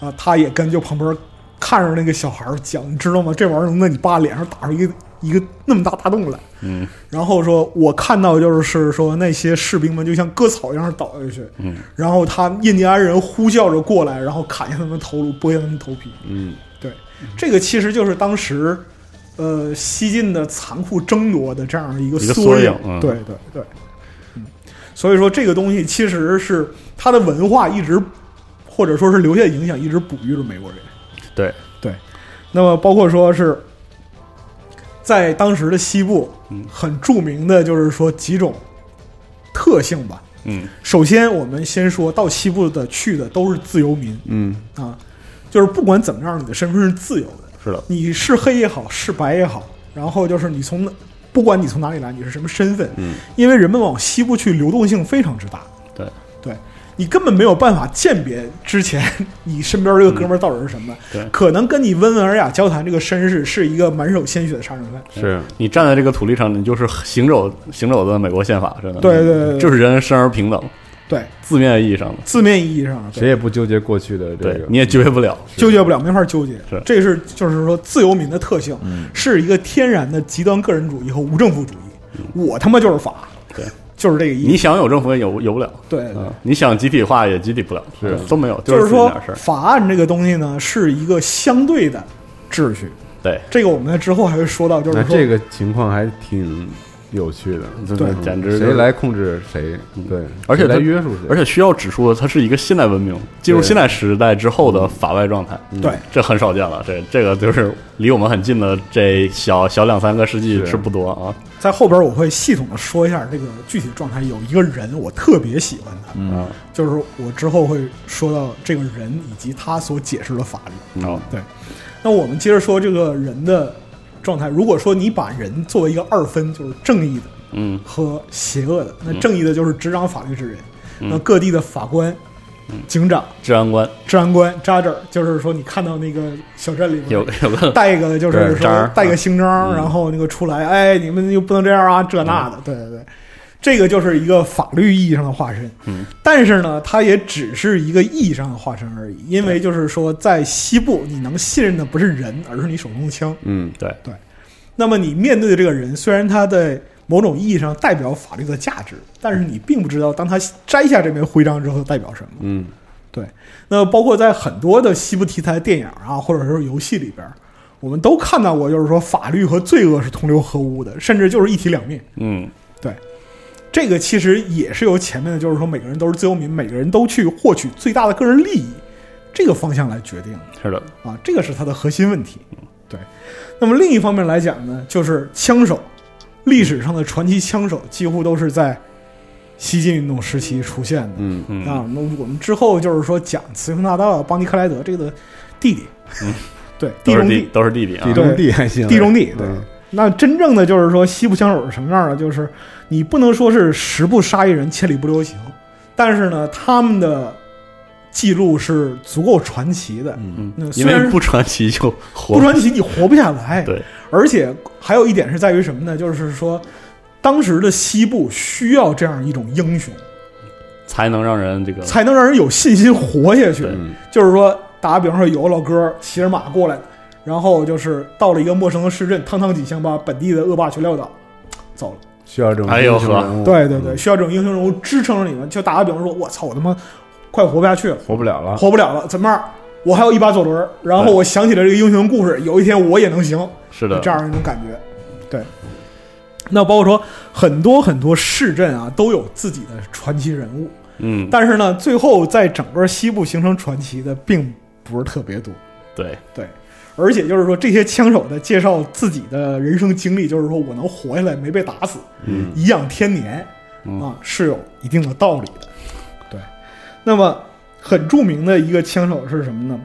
C: 啊，他也跟就旁边看着那个小孩儿讲，你知道吗？这玩意儿能在你爸脸上打出一个一个那么大大洞来。
D: 嗯
C: 然后说，我看到就是说那些士兵们就像割草一样倒下去，
D: 嗯
C: 然后他印第安人呼叫着过来，然后砍下他们头颅，剥下他们头皮。
B: 嗯，
C: 对，这个其实就是当时，呃，西晋的残酷争夺的这样的一个
D: 一个
C: 缩
D: 缩
C: 影
D: 影。嗯
C: 对对对，嗯，所以说这个东西其实是它的文化一直，或者说是留下影响，一直哺育着美国人。
D: 对
C: 对，那么包括说是在当时的西部
D: 嗯，
C: 很著名的就是说几种特性吧。
D: 嗯
C: 首先，我们先说到西部的去的都是自由民，
B: 嗯，
C: 啊，就是不管怎么样，你的身份是自由的，
D: 是的，
C: 你是黑也好，是白也好，然后就是你从哪不管你从哪里来，你是什么身份，
B: 嗯，
C: 因为人们往西部去流动性非常之大，
D: 对
C: 对你根本没有办法鉴别之前你身边这个哥们儿到底是什么，
D: 嗯对
C: 可能跟你温文尔雅交谈这个绅士是一个满手鲜血的杀人犯，
B: 是
D: 你站在这个土地上，你就是行走行走的美国宪法，真的，
C: 对对对对
D: 就是人人生而平等，
C: 对，
D: 字面意义上的，
C: 字面意义上的。对
B: 谁也不纠结过去的这
D: 对
B: 个，，
D: 你也纠结不了，
C: 纠结不了，没法纠结
D: 是。嗯
C: 这是就是说自由民的特性，是一个天然的极端个人主义和无政府主义。我他妈就是法，
D: 对，
C: 就是这个意
D: 嗯你
C: 思。
D: 想有政府也有有不了，
C: 对对
D: 嗯你想集体化也集体不了，
B: 是
D: 都没有，
C: 就是是
D: 自己
C: 说
D: 点事儿，
C: 法案这个东西呢，是一个相对的秩序。
D: 对，
C: 这个我们在之后还会说到，就
B: 嗯
C: 是
B: 那
C: 说
B: 这个情况还挺有趣的，
D: 对简直就是嗯
B: 谁来控制谁，对，
D: 而且
B: 谁来
D: 它
B: 约束谁，
D: 而且需要指出的，它是一个现代文明进入
B: 对嗯
D: 现代时代之后的法外状态，
C: 对
D: 这很少见了，这这个就是离我们很近的这小小两三个世纪
B: 是
D: 是不多啊，
C: 在后边我会系统的说一下这个具体状态。有一个人我特别喜欢他，
D: 嗯，
C: 就是我之后会说到这个人以及他所解释的法律。
B: 嗯
D: 好，
C: 对，那我们接着说这个人的状态。如果说你把人作为一个二分，就是正义的
D: 嗯，
C: 和邪恶的，那正义的就是执掌法律之人，
D: 嗯
C: 那各地的法官、警长、
D: 治安官
C: 治安官、扎这儿，就是说你看到那个小镇里边
D: 有有 个
C: 带一个就是
B: 对
D: 章
C: 说
D: 儿嗯
C: 带一个勋章，然后那个出来，哎，你们又不能这样啊，这那的，对对对，这个就是一个法律意义上的化身。
D: 嗯，
C: 但是呢，它也只是一个意义上的化身而已，因为就是说，在西部你能信任的不是人，而是你手中的枪。
B: 嗯，
D: 对
C: 那么你面对的这个人，虽然他在某种意义上代表法律的价值，但是你并不知道，当他摘下这枚徽章之后代表什么。
B: 嗯，
C: 那包括在很多的西部题材电影啊，或者是游戏里边，我们都看到过，就是说法律和罪恶是同流合污的，甚至就是一体两面。
D: 嗯，
C: 这个其实也是由前面的，就是说每个人都是自由民，每个人都去获取最大的个人利益这个方向来决定的。
D: 是的，
C: 啊，这个是它的核心问题。对，那么另一方面来讲呢，就是枪手，历史上的传奇枪手几乎都是在西进运动时期出现的。
B: 嗯
D: 嗯，
C: 啊，那我们之后就是说讲雌雄大盗邦尼克莱德这个弟弟，
D: 嗯
C: 对，地
D: 都是
C: 中
D: 弟
C: 地，
D: 都是弟弟啊
B: 地，中地还行，
C: 地中地，对。
B: 嗯
C: 那真正的就是说西部枪手是什么样的？就是你不能说是十步杀一人，千里不留行，但是呢，他们的记录是足够传奇的。
B: 嗯
D: 嗯
C: 那，虽
D: 因
C: 然
D: 为不传奇就活
C: 不传奇你活不下来。
D: 对，
C: 而且还有一点是在于什么呢？就是说，当时的西部需要这样一种英雄，
D: 才能让人这个
C: 才能让人有信心活下去
D: 对。
B: 嗯
C: 就是说，打个比方说，有个老哥骑着马过来，然后就是到了一个陌生的市镇，趟趟几枪把本地的恶霸全撂倒，走了。
B: 需要这种
D: 哎呦
B: 英雄
D: 呵
B: 人物
C: 对对对，
B: 嗯
C: 需要这种英雄人物支撑着你们。就打个比方说，我操，我他妈快活不下去
D: 嗯
C: 了，
B: 活不了了，
C: 活不了了，怎么办？我还有一把左轮儿，然后
D: 对
C: 我想起了这个英雄故事，有一天我也能行。
D: 是的，
C: 这样一种感觉。对，那包括说很多很多市镇啊都有自己的传奇人物，
D: 嗯，
C: 但是呢，最后在整个西部形成传奇的并不是特别多。
D: 对，
C: 对，而且就是说这些枪手的介绍自己的人生经历，就是说我能活下来没被打死，
D: 嗯
C: 颐养天年
D: 嗯
C: 啊，是有一定的道理的。对，那么很著名的一个枪手是什么呢？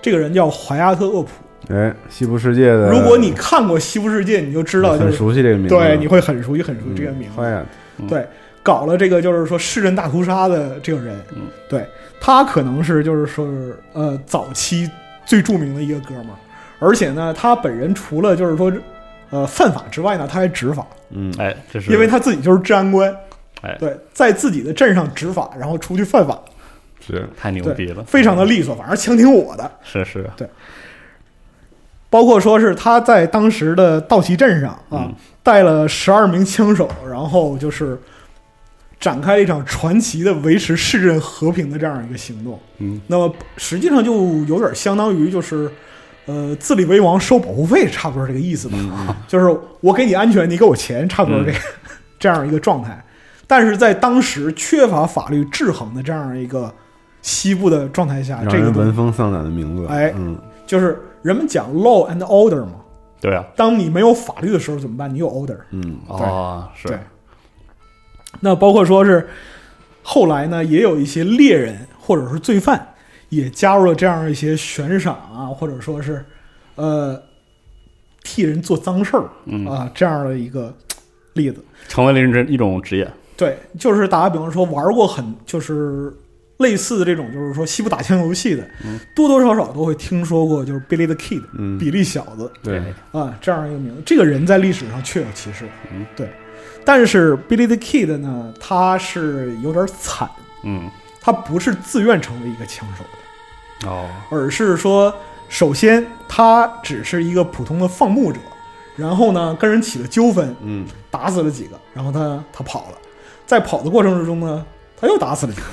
C: 这个人叫怀亚特·厄普。
B: 哎，西部世界的，
C: 如果你看过《西部世界》，你就知道，就
B: 很
C: 是
B: 熟悉这个名字，
C: 对，你会很熟悉很熟悉
B: 嗯
C: 这个名字。
D: 啊
B: 哎呀，
C: 对，搞了这个就是说市政大屠杀的这个人，
D: 嗯
C: 对他可能是就是说是呃早期最著名的一个哥们儿，而且呢，他本人除了就是说呃犯法之外呢，他还执法，
B: 嗯，
D: 哎，这是
C: 因为他自己就是治安官。
D: 哎
C: 对，在自己的镇上执法，然后出去犯法，
B: 是
D: 太牛逼了，
C: 非常的利索，反正枪挺我的。
D: 是是，
C: 包括说是他在当时的道奇镇上啊
D: 嗯，
C: 带了十二名枪手，然后就是展开了一场传奇的维持市镇和平的这样一个行动。
D: 嗯，
C: 那么实际上就有点相当于就是，呃，自立为王收保护费，差不多是这个意思吧。
B: 嗯
C: 就是我给你安全，你给我钱，差不多是这个、 这样一个状态。但是在当时缺乏法律制衡的这样一个西部的状态下，
B: 让
C: 这个
B: 人
C: 东
B: 闻
C: 西
B: 风丧胆的名字，
C: 哎
B: 嗯，
C: 就是人们讲 law and order 嘛。
D: 对啊，
C: 当你没有法律的时候怎么办？你有 order。
B: 嗯，
D: 哦，是
C: 对，那包括说是后来呢，也有一些猎人或者是罪犯也加入了这样一些悬赏啊，或者说是呃替人做脏事儿
D: 嗯
C: 啊这样的一个例子。
D: 成为了一种一种职业，
C: 对，就是打个比方说，玩过很就是类似的这种，就是说西部打枪游戏的，多多少少都会听说过，就是 Billy the Kid，、
B: 嗯
C: 比利小子，
B: 对，
C: 啊，这样一个名字，这个人在历史上确有其事，
D: 嗯，
C: 对。但是 Billy the Kid 呢，他是有点惨，
D: 嗯，
C: 他不是自愿成为一个枪手的，
D: 哦，
C: 而是说，首先他只是一个普通的放牧者，然后呢跟人起了纠纷，
B: 嗯，
C: 打死了几个，然后他他跑了，在跑的过程之中呢，他又打死了几个，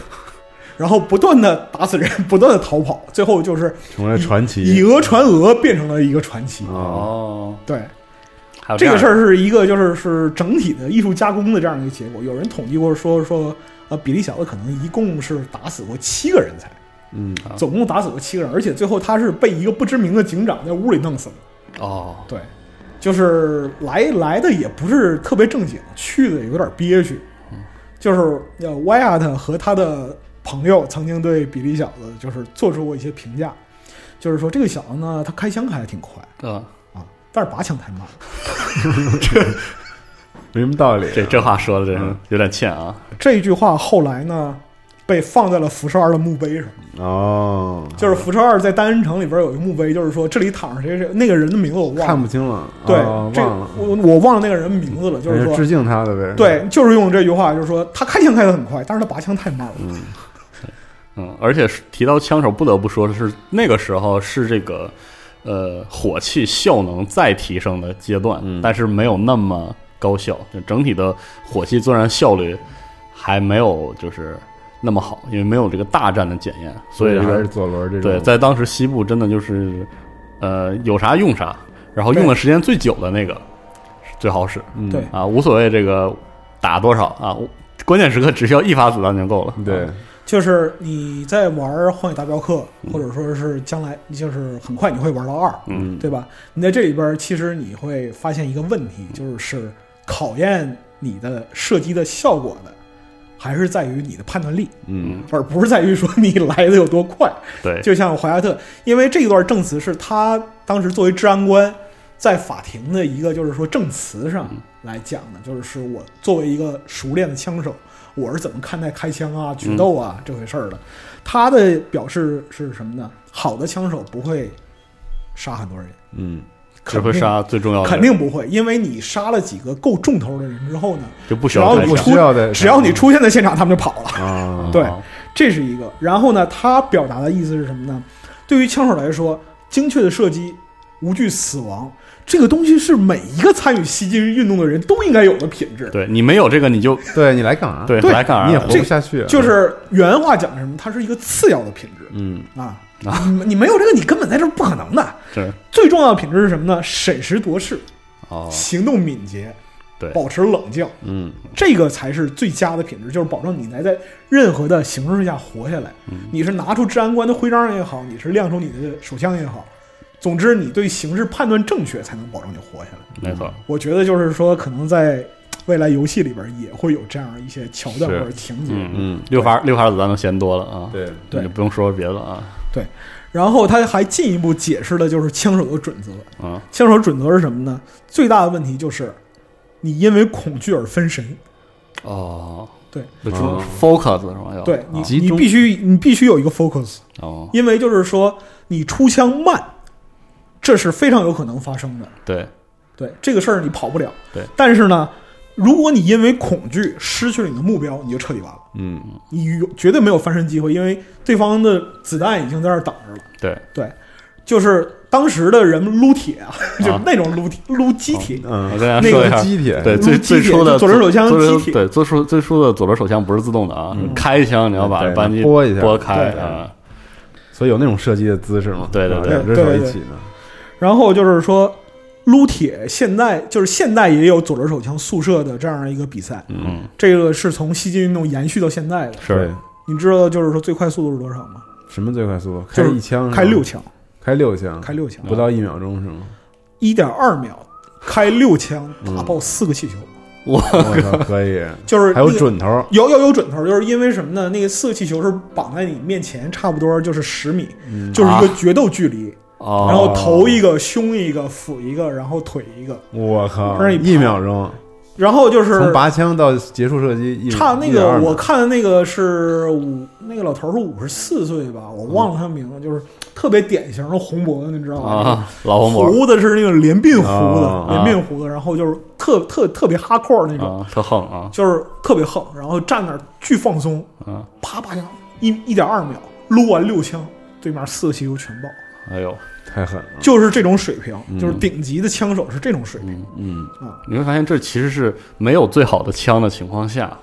C: 然后不断的打死人，不断的逃跑，最后就是
B: 成为了传
C: 以
B: 奇，
C: 讹传讹，变成了一个传奇。
B: 哦，
D: 哦，
C: 对，
D: 还有
C: 啊这个事
D: 儿，
C: 儿是一个就是是整体的艺术加工的这样一个结果。有人统计过说说，呃，比利小子可能一共是打死过七个人才，
B: 嗯，
D: 啊
C: 总共打死过七个人，而且最后他是被一个不知名的警长在屋里弄死的。
D: 哦，
C: 对，就是来来的也不是特别正经，去的也有点憋屈。就是呃，Wyatt 和他的朋友曾经对比利小子就是做出过一些评价，就是说这个小子呢，他开枪开的挺快
D: 嗯，
C: 啊，但是拔枪太慢了。
B: 没什么道理，
D: 这这话说的真是
B: 嗯
D: 有点欠啊，
C: 这句话后来呢，被放在了辐射二的墓碑上。
B: 哦，
C: 就是辐射二在单人城里边有一个墓碑，就是说这里躺着谁谁，那个人的名字我忘
B: 看
C: 了。
B: 不清了，
C: 对，
B: 哦
C: 这
B: 忘了，哎
C: 我我忘了那个人名字了，就是
B: 那
C: 说
B: 致，敬他的呗，，
C: 对，就是用这句话，就是说他开枪开得很快，但是他拔枪太慢了。
B: 嗯，
D: 嗯，而且是提到枪手，不得不说的是那个时候是这个呃火器效能再提升的阶段，
B: 嗯
D: 但是没有那么高效，就整体的火器作战效率还没有就是那么好，因为没有这个大战的检验，所以这
B: 还
D: 个
B: 是左轮这种。
D: 对，在当时西部真的就是，呃，有啥用啥，然后用的时间最久的那个是最好使
B: 嗯
C: 对
D: 啊，无所谓这个打多少啊，我关键时刻只需要一发子弹就够了。
B: 对
D: 啊，，
C: 就是你在玩《荒野大镖客》，或者说是将来，就是很快你会玩到二，
D: 嗯，
C: 对吧？你在这里边儿，其实你会发现一个问题，
B: 嗯
C: 就是考验你的射击的效果的，还是在于你的判断力，
B: 嗯
C: 而不是在于说你来的有多快。
D: 对，
C: 就像怀亚特，因为这一段证词是他当时作为治安官在法庭的一个就是说证词上来讲
D: 嗯
C: 的，就是是我作为一个熟练的枪手，我是怎么看待开枪啊、决斗啊、
D: 嗯
C: 这回事儿的。他的表示是什么呢？好的枪手不会杀很多人，
B: 嗯，
D: 只
C: 肯
D: 会
C: 定
D: 杀最重要的，
C: 肯定不会，因为你杀了几个够重头的人之后呢，
D: 就不需
C: 只要
D: 要
C: 你
D: 再杀
C: 出
B: 需要嗯再
C: 只要你出现在现场，他们就跑了。
B: 啊，
C: 对这是一个。然后呢，他表达的意思是什么呢？对于枪手来说，精确的射击，无惧死亡，这个东西是每一个参与西金运动的人都应该有的品质。
D: 对你没有这个你就
B: 对你来干嘛？
D: 对
C: 对
D: 来干啥？
B: 你也活
C: 这
B: 不下去。
C: 就是原话讲什么，它是一个次要的品质
B: 嗯，
C: 啊。你你没有这个，你根本在这儿不可能的。
D: 是
C: 最重要的品质是什么呢？审时度势，
D: 哦，
C: 行动敏捷，
D: 对
C: 保持冷静，
B: 嗯，
C: 这个才是最佳的品质，就是保证你能在任何的形势下活下来。
B: 嗯
C: 你是拿出治安官的徽章也好，你是亮出你的手枪也好，总之你对形势判断正确，才能保证你活下来。
D: 没错，
C: 我觉得就是说，可能在未来游戏里边也会有这样一些桥段
B: 是
C: 或者情节。
D: 嗯
B: 嗯
D: 六发六发子弹都嫌多了啊，，
B: 对，
C: 对
D: 就不用说别的啊，
C: 然后他还进一步解释了就是枪手的准则，
D: 嗯，
C: 枪手准则是什么呢？最大的问题就是你因为恐惧而分神。
D: 哦，
C: 对，
D: 就是
B: 哦
D: focus 是吗？要
C: 对你
D: 啊，
B: 集
C: 你
B: 中
C: 必须你必须有一个 focus。
D: 哦，
C: 因为就是说你出枪慢，这是非常有可能发生的。
D: 对，
C: 对这个事儿你跑不了。
D: 对，
C: 但是呢，如果你因为恐惧失去了你的目标，你就彻底完了，
B: 嗯
C: 你有绝对没有翻身机会，因为对方的子弹已经在那儿等着了。
D: 对，
C: 对，就是当时的人们撸铁啊，就是那种撸铁撸机铁，
D: 我
B: 嗯，
D: 跟大家
C: 那
D: 说
C: 个
D: 一下，
B: 哎机铁，
D: 对，
C: 撸
D: 最
C: 机
D: 最
C: 铁
D: 初的
C: 就左轮手枪
D: 左轮
C: 机铁
D: 对，最初最初的左轮手枪不是自动的啊，是开一枪你要把
B: 对
D: 扳机
B: 拨一下
D: 拨开
C: 对
D: 啊，
B: 所以有那种射击的姿势嘛？
D: 对对
B: 啊
D: 对
B: 两只
C: 对
B: 手
C: 对
B: 一
C: 对
B: 起呢。
C: 然后就是说。撸铁现在就是现代也有左轮手枪速射的这样一个比赛，
D: 嗯，
C: 这个是从西进运动延续到现在的。
D: 是
B: 对，
C: 你知道就是说最快速度是多少吗？
B: 什么最快速度？开
C: 就是
B: 一枪是吗，
C: 开六枪，
B: 开六枪，
C: 开六枪，
B: 嗯不
D: 啊
B: 到一秒钟是 吗？
C: 一点二秒，开六枪
B: 嗯
C: 打爆四个气球，
B: 我操，可以，
C: 就是
B: 还有
C: 那个
B: 准头儿，
C: 有有有准头，就是因为什么呢？那个四个气球是绑在你面前，差不多就是十米，
B: 嗯
C: 就是一
B: 啊
C: 个决斗距离。
D: 哦，
C: 然后头一个，胸一个，腹一个，然后腿一个，
B: 我靠，
C: 让你
B: 一秒钟，
C: 然后就
B: 从
C: 是
B: 拔枪到结束射击，一
C: 差那
B: 一点二
C: 个
B: 秒
C: 我看的那个是五，那个老头是五十四岁吧，我忘了他名字，就是特别典型的红脖子，你知道吗？
D: 啊，老红脖
C: 胡子是那种连鬓胡子，
B: 啊
C: 连鬓胡子，然后就是特特特别哈扣那种，
D: 啊，特横啊，
C: 就是特别横，然后站那儿巨放松，
D: 啊，
C: 啪啪枪一一点二秒撸完六枪，对面四个气球全爆，
D: 哎呦，
B: 太狠了，
C: 就是这种水平，就是顶级的枪手是这种水平。
B: 嗯，
D: 你会发现这其实是没有最好的枪的情况下，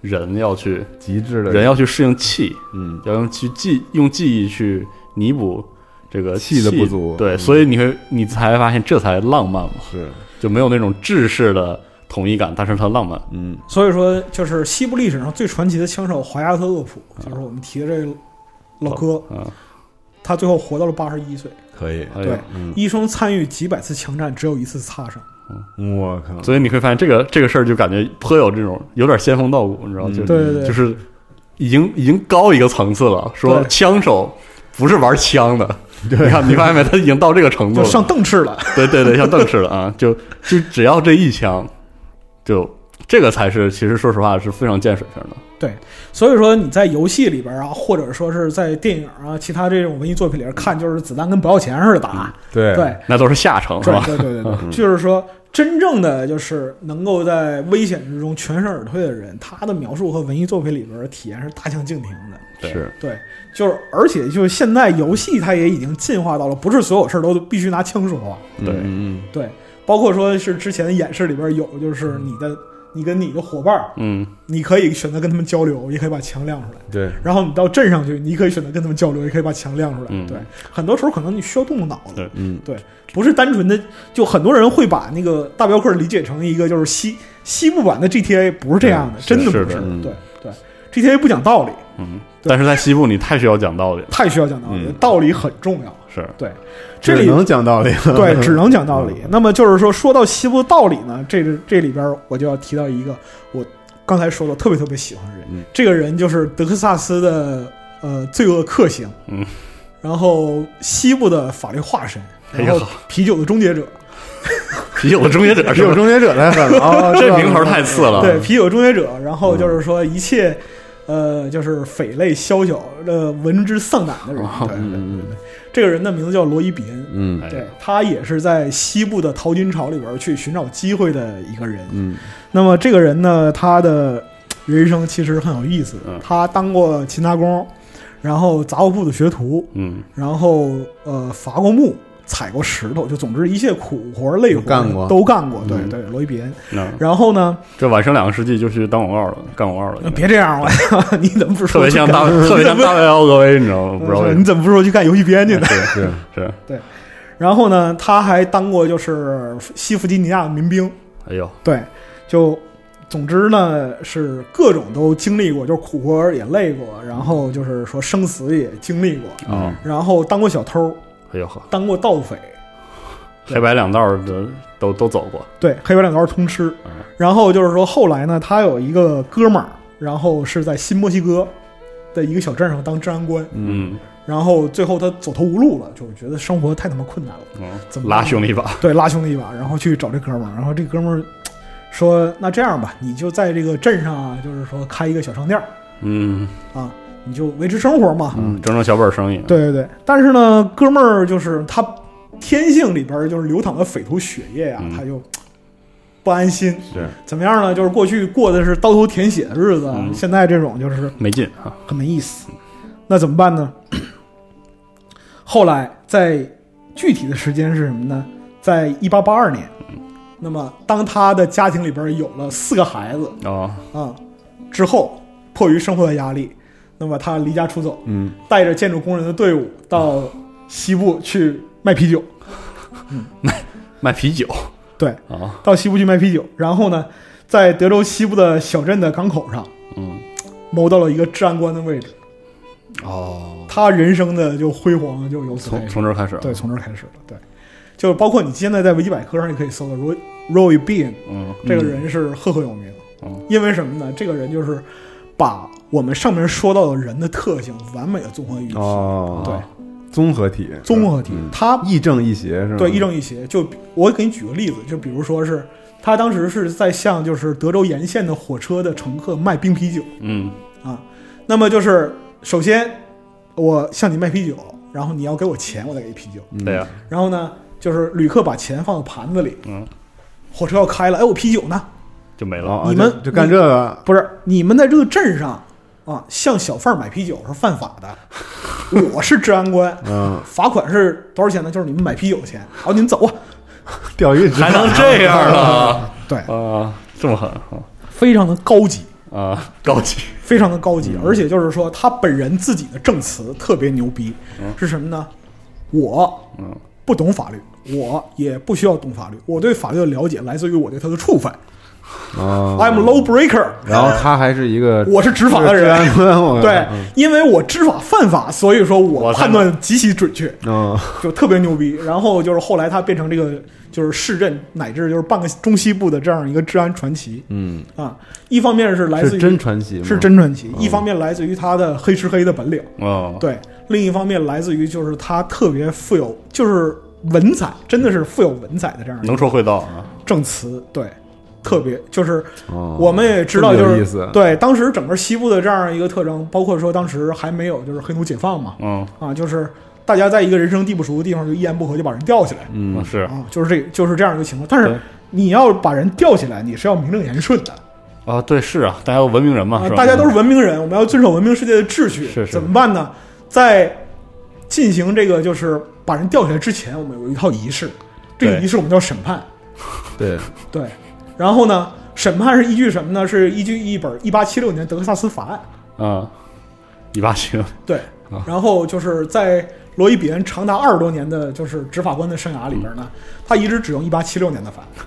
D: 人要去
B: 极致的
D: 人，要去适应气，
B: 嗯，
D: 要用去记用记忆去弥补这个
B: 气的不足
D: 对，
B: 嗯
D: 所以你会你才会发现这才浪漫嘛，
B: 是，
D: 就没有那种制式的统一感，但是它浪漫。
B: 嗯，
C: 所以说，就是西部历史上最传奇的枪手华亚特·厄普，就是我们提的这老哥，
D: 嗯，
C: 他最后活到了八十一岁，
B: 可以，嗯
D: 哎呦
C: 对，一生参与几百次枪战，只有一次擦伤。
D: 嗯
B: 我靠，
D: 所以你会发现这个这个事儿就感觉颇有这种有点仙风道骨，你知道，就、
B: 嗯
C: 对对对
D: 就是已经已经高一个层次了，说
C: 对
D: 枪手。不是玩枪的，你看你发现没？他已经到这个程度
C: 就
D: 了，
C: 上凳翅了，
D: 对对对，像邓似的啊，就就只要这一枪，就这个才是其实说实话是非常见水平的。
C: 对，所以说你在游戏里边啊，或者说是在电影啊、其他这种文艺作品里边看，就是子弹跟不要钱似的打，
B: 对
C: 对，
D: 那都是下乘嗯是
C: 对
D: 吧？嗯
C: 对对对对，就是说，真正的就是能够在危险之中全身而退的人，他的描述和文艺作品里边的体验是大相径庭的。
D: 对
B: 是，
C: 对，就是而且就是现在游戏它也已经进化到了，不是所有事儿都必须拿枪说话。
D: 对
B: 嗯，嗯
C: 对，包括说是之前演示里边有，就是你的你跟你的伙伴儿，
D: 嗯，
C: 你可以选择跟他们交流，也可以把墙亮出来。
B: 嗯对，
C: 然后你到镇上去，你可以选择跟他们交流，也可以把墙亮出来。
D: 嗯
C: 对，很多时候可能你需要动动脑子
D: 对，
B: 嗯，
C: 不是单纯的。就很多人会把那个大镖客理解成一个就是西西部版的 GTA，不是这样的，
D: 是
C: 真的不
D: 是
C: 是。
D: 的
B: 嗯
C: 对对，GTA 不讲道理，
D: 嗯，但是在西部你太需要讲道理了，
C: 太需要讲道理，了
B: 嗯，
C: 道理很重要。
D: 是
C: 对，这
B: 只
C: 里
B: 能讲道理，
C: 对，只能讲道理。
D: 嗯
C: 那么就是说，说到西部道理呢，这这里边我就要提到一个我刚才说的特别特别喜欢的人，
D: 嗯
C: 这个人就是德克萨斯的呃罪恶克星，
D: 嗯，
C: 然后西部的法律化身，
D: 哎呀
C: 然后啤酒的终结者，
D: 啤酒的终结者
B: 只
D: 是
B: 有
D: 吧？
B: 终结者太狠了啊！哦
D: 这
B: 知道
D: 名头
B: 了
D: 太次了，
C: 对，啤酒终结者，然后就是说一切。
D: 嗯
C: 呃，就是匪类宵小，呃，闻之丧胆的人。
D: 哦
C: 对，
B: 嗯嗯
C: 这个人的名字叫罗伊·比恩，
B: 嗯
D: 哎
C: 对他也是在西部的淘金潮里边去寻找机会的一个人。
B: 嗯
C: 那么这个人呢，他的人生其实很有意思
D: 嗯。
C: 他当过勤杂工，然后杂货铺的学徒，
D: 嗯，
C: 然后呃伐过木，采过石头，就总之一切苦活累活
B: 都干过
C: 都干过。对
D: 嗯
C: 对，罗伊比恩。
D: 那
C: 然后呢，呃
D: 这晚生两个世纪就去当广告了，干广告了，应该
C: 别这样了，你怎么不
D: 特
C: 说
D: 别
C: 去干？
D: 像大，特别像 大卫奥格威，你知道吗？不知道为
C: 嗯
D: 什
C: 你
D: 么，哎
C: 怎么不说去干游戏编去呢？
D: 是
B: 是
D: 是，
C: 然后呢，他还当过就是西弗吉尼亚的民兵，
D: 哎呦，
C: 对，就总之呢是各种都经历过，就是苦活也累过，然后就是说生死也经历过，
D: 哦，
C: 然后当过小偷，
D: 哎呦呵，
C: 当过盗匪，
D: 黑白两道儿的都都走过，
C: 对，黑白两道通吃
D: 嗯。
C: 然后就是说后来呢，他有一个哥们儿，然后是在新墨西哥的一个小镇上当治安官，
B: 嗯
D: 嗯，
C: 然后最后他走投无路了，就是觉得生活太他妈困难了。
D: 哦
C: 怎么
D: 拉兄弟一把，
C: 对，拉兄弟一把，然后去找这哥们儿，然后这哥们儿嘖说：“那这样吧，你就在这个镇上啊，就是说开一个小商店儿
D: 嗯，
C: 啊，你就维持生活嘛。
D: 嗯，整整小本生意，
C: 对对对，但是呢，哥们儿就是他天性里边儿就是流淌的匪徒血液呀、
D: 嗯
C: 他就嘖不安心。
B: 是
C: 怎么样呢？就是过去过的是刀头舔血的日子，
D: 嗯
C: 现在这种就是
D: 没劲啊，
C: 很没意思。那怎么办呢？后来在具体的时间是什么呢？在一八八二年，
D: 嗯
C: 那么当他的家庭里边有了四个孩子
D: 哦，
C: 啊、之后，迫于生活的压力，那么他离家出走，
B: 嗯
C: 带着建筑工人的队伍到西部去卖啤酒，
D: 卖啤酒
C: 对，
D: 啊，
C: 到西部去卖啤酒。然后呢，在德州西部的小镇的港口上
D: 嗯，
C: 谋到了一个治安官的位置，
D: 哦，
C: 他人生的就辉煌就由此开
D: 从
C: 始。
D: 从这儿开始，
C: 对，，从这儿开始了。对，就是包括你现在在维基百科上也可以搜到 Roy Roy Bean
D: 嗯，
C: 这个人是赫赫有名，
D: 嗯
C: 因为什么呢？这个人就是把我们上面说到的人的特性完美的综合于一体，
B: 哦，
D: 啊
C: 对，
B: 综合体，
C: 综合体。
B: 嗯
C: 他
B: 亦正亦邪是
D: 嗯
B: 吗？
C: 对亦正亦邪。就比我给你举个例子，就比如说是他当时是在向就是德州沿线的火车的乘客卖冰啤酒
D: 嗯，
C: 啊，那么就是首先我向你卖啤酒，然后你要给我钱，我再给你啤酒。
B: 嗯
D: 对呀，啊
C: 然后呢，就是旅客把钱放到盘子里，
D: 嗯，
C: 火车要开了，哎，我啤酒呢？
D: 就没了，
B: 哦，
C: 你们
B: 就就干这个，
C: 不是，你们在这个镇上啊，向小贩买啤酒是犯法的，我是治安官，
B: 嗯，
C: 罚款是多少钱呢？就是你们买啤酒钱，好，你们走啊。
B: 钓鱼执法
D: 还能这样 了
C: 对，
D: 啊，这么狠
C: 非常的高级，
D: 啊啊，高级，
C: 非常的高
B: 嗯
C: 级，而且就是说他本人自己的证词特别牛逼，
B: 嗯
C: 是什么呢？我
D: 嗯，
C: 不懂法律。我也不需要懂法律，我对法律的了解来自于我对他的触犯。
B: 哦
C: I'm law breaker，
B: 然后他还是一个
C: 我是执法的
B: 治
C: 人，
B: 安官，我
C: 对，因为我知法犯法，所以说我
D: 我才
C: 判断极其准确，
B: 嗯，
C: 就特别牛逼。然后就是后来他变成这个就是市镇乃至就是半个中西部的这样一个治安传奇
B: 嗯，
C: 啊。一方面是来自
B: 是
C: 于
B: 真传奇吗，
C: 是真传奇，
B: 嗯
C: 一方面来自于他的黑吃黑的本领，
B: 啊
D: 哦，
C: 对；另一方面来自于就是他特别富有就是文采，真的是富有文采的这样一个
D: 能说会道啊，
C: 证词，对，特别就是
B: 哦，
C: 我们也知道，就
B: 这么有意
C: 是
B: 思啊
C: 对当时整个西部的这样一个特征，包括说当时还没有就是黑奴解放嘛，
D: 嗯，
C: 啊，就是大家在一个人生地不熟的地方就一言不合就把人吊起来，
B: 嗯
D: 是
C: 啊，就是这就是这样一个情况。但是
D: 对
C: 你要把人吊起来，你是要名正言顺的
D: 啊，对，是啊，大家都文明人嘛，
C: 啊
D: 是，吧？
C: 大家都是文明人，我们要遵守文明世界的秩序，
D: 是是
C: 怎么办呢？在进行这个就是把人吊起来之前，我们有一套仪式，这个
D: 对
C: 仪式我们叫审判，
B: 对，
C: 对，然后呢，审判是依据什么呢？是依据一本一八七六年德克萨斯法案。
D: 啊，一八七六，
C: 对
D: 啊，
C: 然后就是在罗伊比恩长达二十多年的就是执法官的生涯里边呢，他一直只用一八七六年的法案。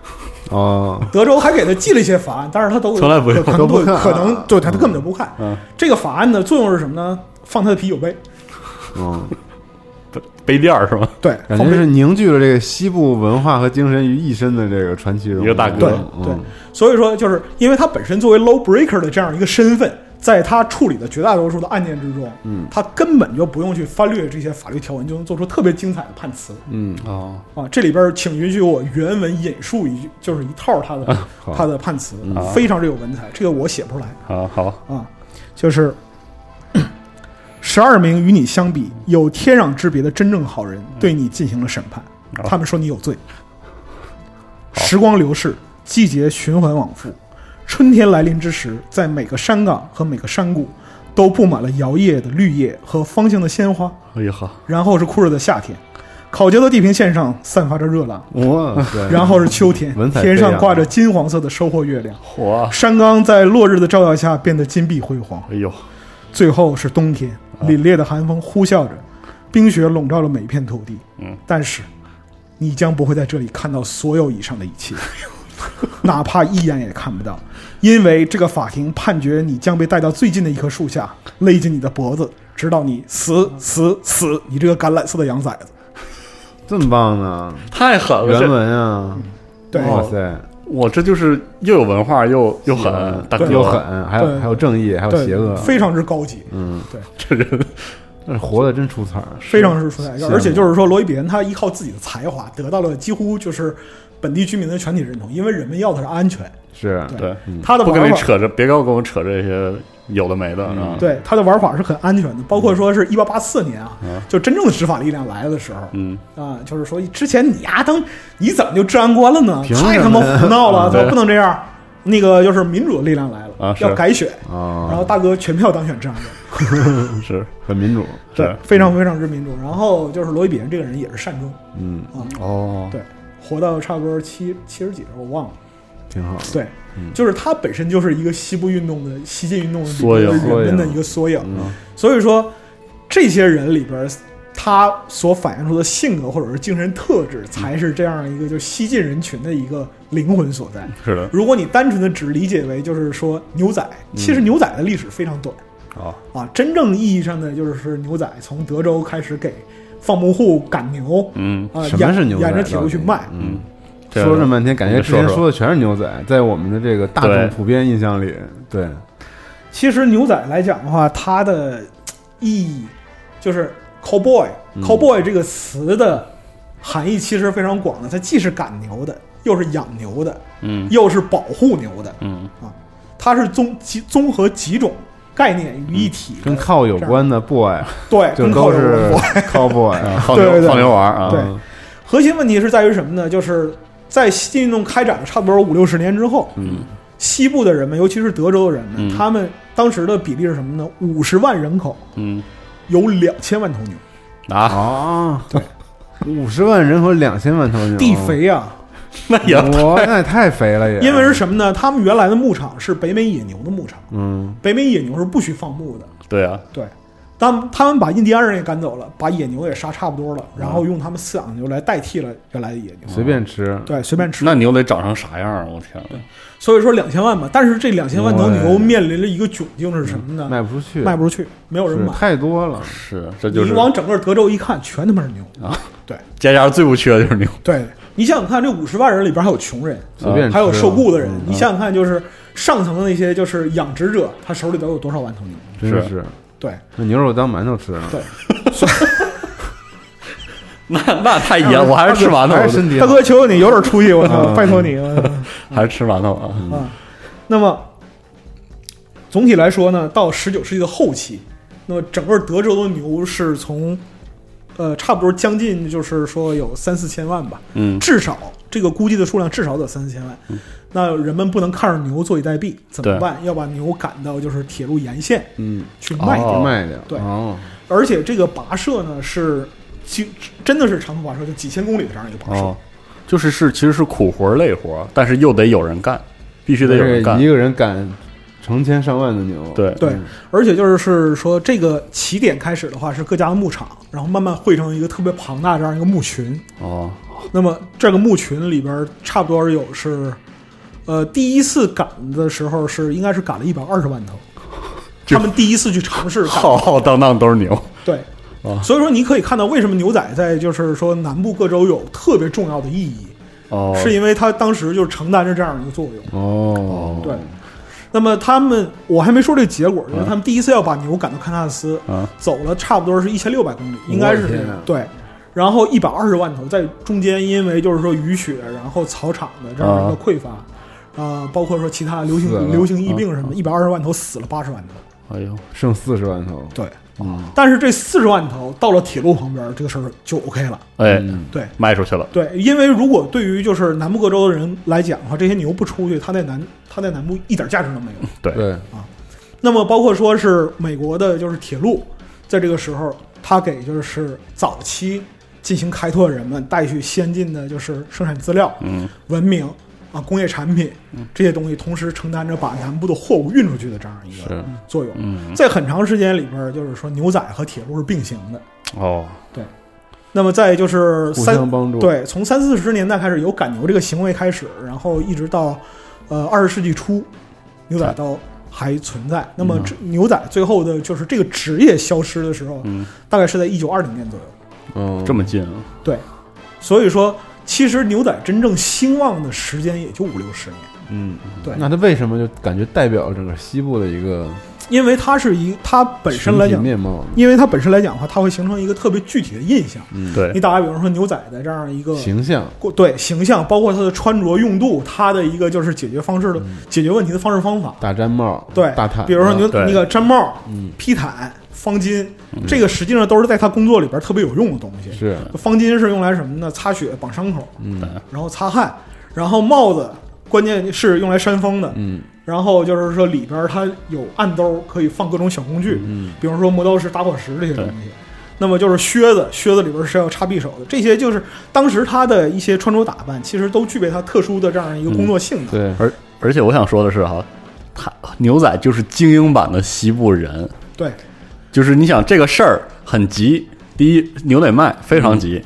B: 哦，
C: 德州还给他寄了一些法案，但是他都
D: 从来不用
C: 可
B: 都
C: 能
B: 不看啊
C: 可能对他他根本就不看。
D: 嗯，
C: 这个法案的作用是什么呢？放他的啤酒杯，
B: 嗯，
D: 杯垫儿是吗？
C: 对，
B: 感
C: 放
B: 觉
C: 杯
B: 是凝聚了这个西部文化和精神于一身的这个传奇人物，
D: 一个大哥
C: 对
B: 嗯
C: 对，所以说就是因为他本身作为 low breaker 的这样一个身份，在他处理的绝大多数的案件之中，嗯，他根本就不用去翻阅这些法律条文，就能做出特别精彩的判词
B: 嗯，
D: 哦，
C: 啊。这里边请允许我原文引述一句，就是一套他的、
B: 啊好嗯
C: 他的判词
D: 好，
C: 非常之有文采，这个我写不出来。
D: 好好，
C: 啊，就是 十二名与你相比有天壤之别的真正好
B: 嗯
C: 人对你进行了审判，
B: 哦
D: 好
C: 他们说你有罪。时光流逝，季节循环往复，春天来临之时，在每个山岗和每个山谷都布满了摇曳的绿叶和芳香的鲜花。
D: 哎呀呵，
C: 然后是酷热的夏天，烤焦的地平线上散发着热浪。
B: 哇塞，
C: 然后是秋天
B: 哎文，采飞啊
C: 天
B: 扬
C: 上挂着金黄色的收获月亮，
D: 嚯，
C: 山冈在落日的照耀下变得金碧辉煌。
D: 哎呦，
C: 最后是冬天，凛冽的寒风呼啸着，冰雪笼罩了每片土地。
D: 嗯，
C: 但是你将不会在这里看到所有以上的一切， 哪怕一眼也看不到，因为这个法庭判决你将被带到最近的一棵树下，勒紧你的脖子，直到你死死死！你这个橄榄色的羊崽子。
B: 这么棒呢，
D: 太狠了！
B: 原
D: 这
B: 文啊，
C: 对，
D: 哦
B: 哇塞，
D: 我这就是又有文化又啊又狠，大哥
B: 又，狠，还有
C: 对
B: 还有正义，还有
C: 对，
B: 邪恶，
C: 非常之高级，
B: 嗯，
D: 这人
B: 但是活的真出彩儿，
C: 非常之出彩。
B: 羡慕
C: 而且就是说，罗伊比恩他依靠自己的才华，得到了几乎就是本地居民的全体认同，因为人们要的是安全。
B: 是，
D: 对，
C: 他的
D: 嗯不跟
C: 玩
D: 你
C: 法
D: 扯这，别跟我跟我扯这些有的没的啊！
C: 对它的玩法是很安全的，包括说是一八八四年啊，就真正的执法力量来了的时候，
D: 嗯，
C: 啊，就是说之前你丫当你怎么就治安官了呢？
B: 凭什么
C: 太
B: 呀
C: 他妈胡闹了，
D: 嗯
C: 怎
D: 对
C: 么不能这样？那个就是民主的力量来了，
D: 啊是
C: 要改选，然
B: 啊
C: 后，大哥全票当选治安官，
D: 是
B: 很民主，
D: 是
C: 非常非常之民主。然后就是罗伊比恩这个人也是善终
B: 嗯，
C: 啊，
D: 哦，
C: 对，活到差不多七七十几了，我忘了。
B: 挺好，
C: 对，就是他本身就是一个西部运动的西进运动的
D: 缩影
C: 人们的一个缩影。啊
B: 嗯
C: 所以说，这些人里边儿，他所反映出的性格或者是精神特质，才是这样一个就西进人群的一个灵魂所在。
D: 是的，
C: 如果你单纯的只理解为就是说牛仔，其实牛仔的历史非常短
D: 哦，
C: 啊，真正意义上的就是牛仔从德州开始给放牧户赶牛，
D: 嗯
C: 啊，
B: 什么是牛
C: 沿
B: 仔？
C: 沿着铁路去卖
B: 到，底嗯。
D: 这
B: 说这么半天，感觉
D: 我
B: 之
D: 说
B: 前
D: 说
B: 说的全是牛仔，在我们的这个大
D: 对
B: 众普遍印象里，对，
C: 其实牛仔来讲的话，它的嘖意义就是 cowboy、cowboy
B: 嗯
C: 这个词的含义其实非常广的，它既是赶牛的，又是养牛的，
D: 嗯
C: 又是保护牛的，
D: 嗯
C: 它是综集综合几种概念于一体的，
B: 嗯跟靠有关的 boy
C: 对，
B: 就
C: 跟靠
B: 都
C: 有
B: 是
C: 关。
B: 靠 boy，
D: 啊，放
C: 对
D: 牛
C: 对对
D: 放牛玩儿啊，
C: 对核心问题是在于什么呢？就是在西进运动开展了差不多五六十年之后，
D: 嗯，
C: 西部的人们，尤其是德州的人们，
D: 嗯
C: 他们当时的比例是什么呢？五十万人口
D: 嗯
C: 有两千万头牛。
D: 啊，
B: 啊，五十万人和两千万头牛，
C: 地肥啊！
D: 那也
B: 哇，那也太肥了也，
C: 因为是什么呢？他们原来的牧场是北美野牛的牧场，
B: 嗯，
C: 北美野牛是不许放牧的。
D: 对啊，
C: 对，但他们把印第安人也赶走了，把野牛也杀差不多了，然后用他们饲养的牛来代替了原来的野牛，
B: 嗯随便吃，
C: 对随便吃。
D: 那牛得长成啥样儿？啊我天哪，
C: 所以说两千万嘛，但是这两千万头牛
B: 对
C: 面临了一个窘境是什么呢？
B: 卖不出去，
C: 卖不出去，没有人
B: 是
C: 买。
B: 太多
D: 啊
B: 了，
D: 是这就
C: 你
D: 是
C: 往整个德州一看，全他妈是牛啊！对
D: 家家最不缺的就是牛，
C: 对，你想想看，这五十万人里边还有穷人，
B: 随便吃嗯
C: 还有受雇的人，你想想看，就是上层的那些就是养殖者，他手里头有多少万头牛？
B: 真
D: 是
B: 是
C: 对，
B: 那牛肉当馒头吃呢，
C: 对
D: 那 那太野，我还是吃馒头，
B: 还是身体
C: 大
B: 好，
C: 哥，求求你，有点出息，我操，
B: 嗯
C: 拜托你了
D: 还是吃馒头啊，
C: 啊！那么总体来说呢，到十九世纪的后期，那么整个德州的牛是从呃差不多将近就是说有三四千万吧，
D: 嗯
C: 至少这个估计的数量至少得三四千万。那人们不能看着牛坐以待毙，怎么
D: 对
C: 办？要把牛赶到就是铁路沿线
B: 嗯，
C: 去卖掉，
D: 哦
B: 卖掉，
C: 对
B: 哦，
C: 而且这个跋涉呢是几真的是长途跋涉，
D: 嗯哦
C: 就几千公里的这样一个跋涉。
D: 哦，就是是其实是苦活儿累活儿，但是又得有人干，必须得有人干
B: 一。个人赶成千上万的牛，
D: 对
C: 对而且就是是说，这个起点开始的话是各家的牧场，然后慢慢汇成一个特别庞大的这样一个牧群。
D: 哦，
C: 那么这个牧群里边差不多有是，呃，第一次赶的时候是应该是赶了一百二十万头，他们第一次去尝试赶，
D: 浩浩荡荡都是牛。
C: 对
D: 哦。
C: 所以说，你可以看到为什么牛仔在就是说南部各州有特别重要的意义，
D: 哦，
C: 是因为它当时就承担着这样一个作用。
B: 哦，
C: 对，那么他们我还没说这结果，就是他们第一次要把牛赶到堪萨斯，
D: 啊，
C: 走了差不多是一千六百公里，应该是
B: 我
C: 这
B: 的
C: 样
B: 天啊
C: 对。然后一百二十万头，在中间因为就是说雨雪，然后草场的这样一个
D: 啊
C: 匮乏，啊、包括说其他流
B: 死了
C: 行流行疫
D: 啊
C: 病什么的，一百二十万头死了八十万头。
D: 哎呦，
B: 剩四十万头，
C: 对，
D: 嗯，
C: 但是这四十万头到了铁路旁边，这个事儿就 OK 了。
D: 哎，
B: 嗯
C: 对
D: 卖出去了。
C: 对，因为如果对于就是南部各州的人来讲的话，这些牛不出去，它在南它在南部一点价值都没有。
B: 对，
C: 那么包括说是美国的，就是铁路，在这个时候，它给就是早期进行开拓的人们带去先进的就是生产资料、
D: 嗯，
C: 文明啊、工业产品这些东西，同时承担着把南部的货物运出去的这样一个
D: 是，
C: 作用。
D: 嗯，
C: 在很长时间里边儿，就是说牛仔和铁路是并行的。
D: 哦，
C: 那么再就是
B: 互
C: 三
B: 相帮助，，
C: 对，从三四十年代开始有赶牛这个行为开始，然后一直到呃二十世纪初，牛仔刀还存
B: 嗯
C: 在。那么这牛仔最后的就是这个职业消失的时候，
D: 嗯，
C: 大概是在一九二零年左右。
B: 嗯，
D: 这么近啊，
C: 所以说，其实牛仔真正兴旺的时间也就五六十年，
B: 嗯，
C: 对
B: 那他为什么就感觉代表整个西部的一个
C: 因为它是一它本身来
B: 群体
C: 讲，
B: 面貌呢？
C: 因为它本身来讲的话，它会形成一个特别具体的印象。
B: 嗯，
D: 对
C: 你，打个比方说，牛仔的这样一个
B: 形象，
C: 过对形象，包括它的穿着用度，它的一个就是解决方式的、
B: 嗯
C: 解决问题的方式方法。
B: 大毡帽，
C: 对，
B: 大毯子，
C: 比如说牛
D: 对
C: 那个毡帽、
B: 嗯，
C: 披毯、方巾，这个实际上都是在他工作里边特别有用的东西。
B: 是，
C: 方巾是用来什么呢？擦血、绑伤口，
B: 嗯
C: 然后擦汗，然后帽子，关键是用来扇风的。
B: 嗯
C: 然后就是说里边它有暗兜，可以放各种小工具，
B: 嗯，
C: 比如说磨刀石、打火石这些东西。那么就是靴子，靴子里边是要插匕首的，这些就是当时他的一些穿着打扮，其实都具备他特殊的这样一个工作性
B: 嗯
C: 的。
B: 对，
D: 而而且我想说的是哈，他牛仔就是精英版的西部人，
C: 对，
D: 就是你想这个事儿很急，第一牛得卖非常急，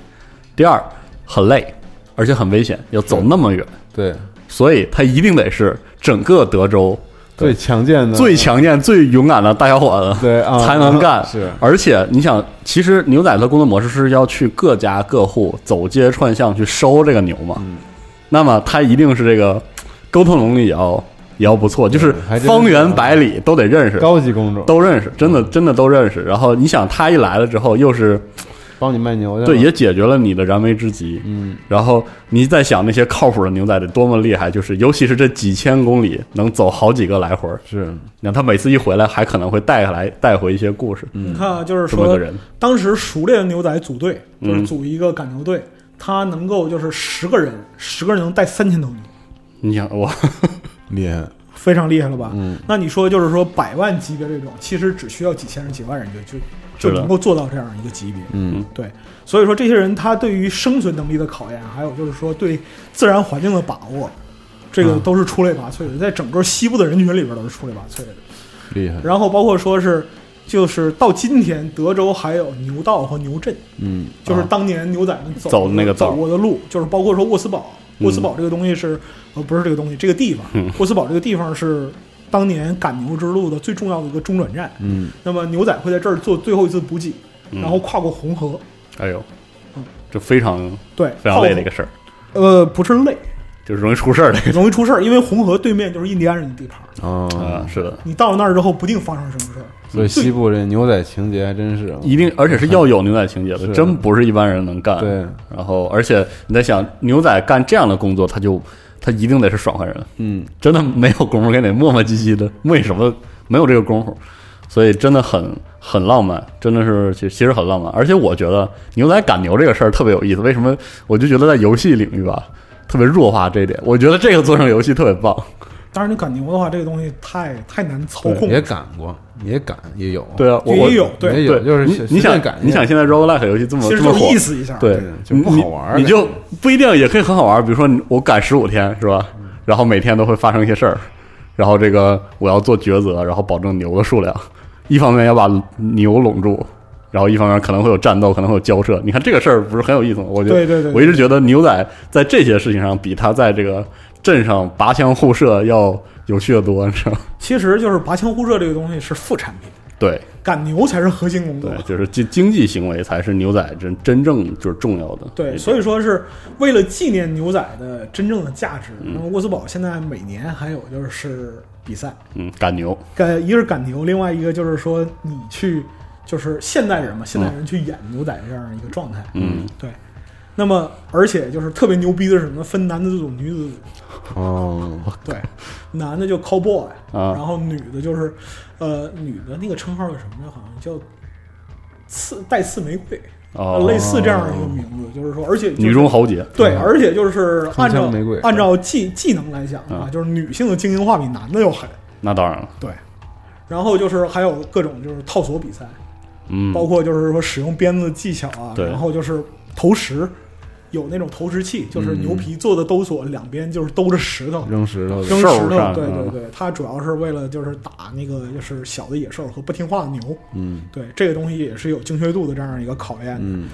D: 第二很累，而且很危险，要走那么远，
B: 对，
D: 所以他一定得是整个德州
B: 最强健的，
D: 最强健、最勇敢的大小伙子。
B: 对啊，
D: 才能干
B: 是，
D: 而且你想，其实牛仔的工作模式是要去各家各户走街串巷去收这个牛嘛。
B: 嗯
D: 那么他一定是这个沟通能力也要也要不错，就是
B: 还真是
D: 方圆百里都得认识，
B: 高嗯级工种，
D: 都认识，真的真的都认识。然后你想他一来了之后，又是
B: 帮你卖牛去，
D: 对，，也解决了你的燃眉之急。
B: 啊嗯，
D: 然后你再想那些靠谱的牛仔得多么厉害，就是尤其是这几千公里能走好几个来回儿，
B: 是，
D: 你看他每次一回来还可能会带来带回一些故事，
B: 嗯
C: 你看啊，就是
D: 这么
C: 说
D: 个人，
C: 当时熟练牛仔组队，就是
D: 嗯
C: 组一个赶牛队，他能够就是十个人，十个人能带三千头牛，
D: 你想我
B: 厉害，
C: 非常厉害了吧？
B: 嗯，
C: 那你说就是说百万级别这种，其实只需要几千人、几万人就就是就
D: 的
C: 能够做到这样一个级别。
B: 嗯，
C: 对，所以说这些人他对于生存能力的考验，还有就是说对自然环境的把握，这
B: 嗯
C: 个都是出类拔萃的，在整个西部的人群里边都是出类拔萃的。
B: 厉害，
C: 然后包括说是，就是到今天德州还有牛道和牛镇，
B: 嗯，
C: 就是
D: 啊
C: 当年牛仔们走
D: 走那个道
C: 走过的路，就是包括说沃斯堡，
D: 嗯
C: 沃斯堡这个东西是呃不是这个东西，这个地方，沃斯堡这个地方是当年赶牛之路的最重要的一个中转站。
B: 嗯，
C: 那么牛仔会在这儿做最后一次补给，
D: 嗯
C: 然后跨过红河，
D: 哎呦
C: 嗯，
D: 这非常
C: 对，
D: 非常累的一个
C: 跨
D: 事儿，
C: 过呃不是累，
D: 就是容易出事儿的
C: 容易出事儿，因为红河对面就是印第安人的地盘儿，
D: 啊，
B: 哦，
D: 是的，
C: 你到了那儿之后不定发生什么事儿。
B: 所以西部这牛仔情节还真是啊，
D: 一定，而且是要有牛仔情节的，
B: 是
D: 真不是一般人能干。
B: 对，
D: 然后而且你在想，牛仔干这样的工作，他就他一定得是爽快人，
B: 嗯，
D: 真的没有功夫跟你磨磨唧唧的，为什么没有这个功夫？所以真的很很浪漫，真的是其实其实很浪漫。而且我觉得牛仔赶牛这个事儿特别有意思，为什么？我就觉得在游戏领域吧，特别弱化这一点。我觉得这个做成游戏特别棒。
C: 当然，你赶牛的话，这个东西太太难操控
B: 也
C: 了，
B: 赶过，也赶，也有，
D: 对啊，我我
C: 也有对
B: 也
D: 对，
B: 有，就是
D: 你
B: 随
D: 你
B: 随
D: 想
B: 便赶一下，
D: 你想现在 roguelike 游戏这么
C: 其
D: 这
C: 实就
D: 么火
C: 是，意思一下。
D: 对
B: 对，就不好玩儿
D: 你
B: 了
D: 你就不一定也可以很好玩儿。比如说你我赶十五天是吧？然后每天都会发生一些事儿，然后这个我要做抉择，然后保证牛的数量，一方面要把牛拢住，然后一方面可能会有战斗，可能会有交涉。你看这个事儿不是很有意思吗？我觉得
C: 对对对，
D: 我一直觉得牛仔在这些事情上比他在这个镇上拔枪互射要有趣的多，你知道吗？
C: 其实就是拔枪互射这个东西是副产品，
D: 对
C: 赶牛才是核心工作
D: 对。，就是经经济行为才是牛仔真真正就是重要的。
C: 对，所以说是为了纪念牛仔的真正的价值。
D: 嗯
C: 那么沃斯堡现在每年还有就是比赛，
D: 嗯，赶牛，
C: 赶一个是赶牛，另外一个就是说你去就是现代人嘛，现代人去演牛仔这样一个状态。
D: 嗯，
C: 对。那么而且就是特别牛逼的是什么？分男子组、女子组。
B: 哦，
C: 对，男的就 cowboy，、
D: 啊
C: 然后女的就是，呃，女的那个称号叫什么呀？好像叫刺带刺玫瑰，
D: 哦
C: 嗯类似这样的一个名字。就是说，而且、就是、
D: 女中豪杰，
C: 对，而且就是
B: 嗯铿锵
C: 按照
B: 玫瑰
C: 按照技技能来讲啊，就是女性的精英化比男的要狠。
D: 那当然了，
C: 对，然后就是还有各种就是套索比赛，
D: 嗯，
C: 包括就是说使用鞭子技巧啊，
D: 对
C: 然后就是投石。有那种投石器，就是牛皮做的兜索，两边就是兜着石头，
B: 扔啊石头的
C: 扔
D: 兽
C: 石头
D: 上，
C: 对
D: 嗯
C: 对对，它主要是为了就是打那个就是小的野兽和不听话的牛，
B: 嗯
C: 对这个东西也是有精确度的这样一个考验的。
B: 嗯，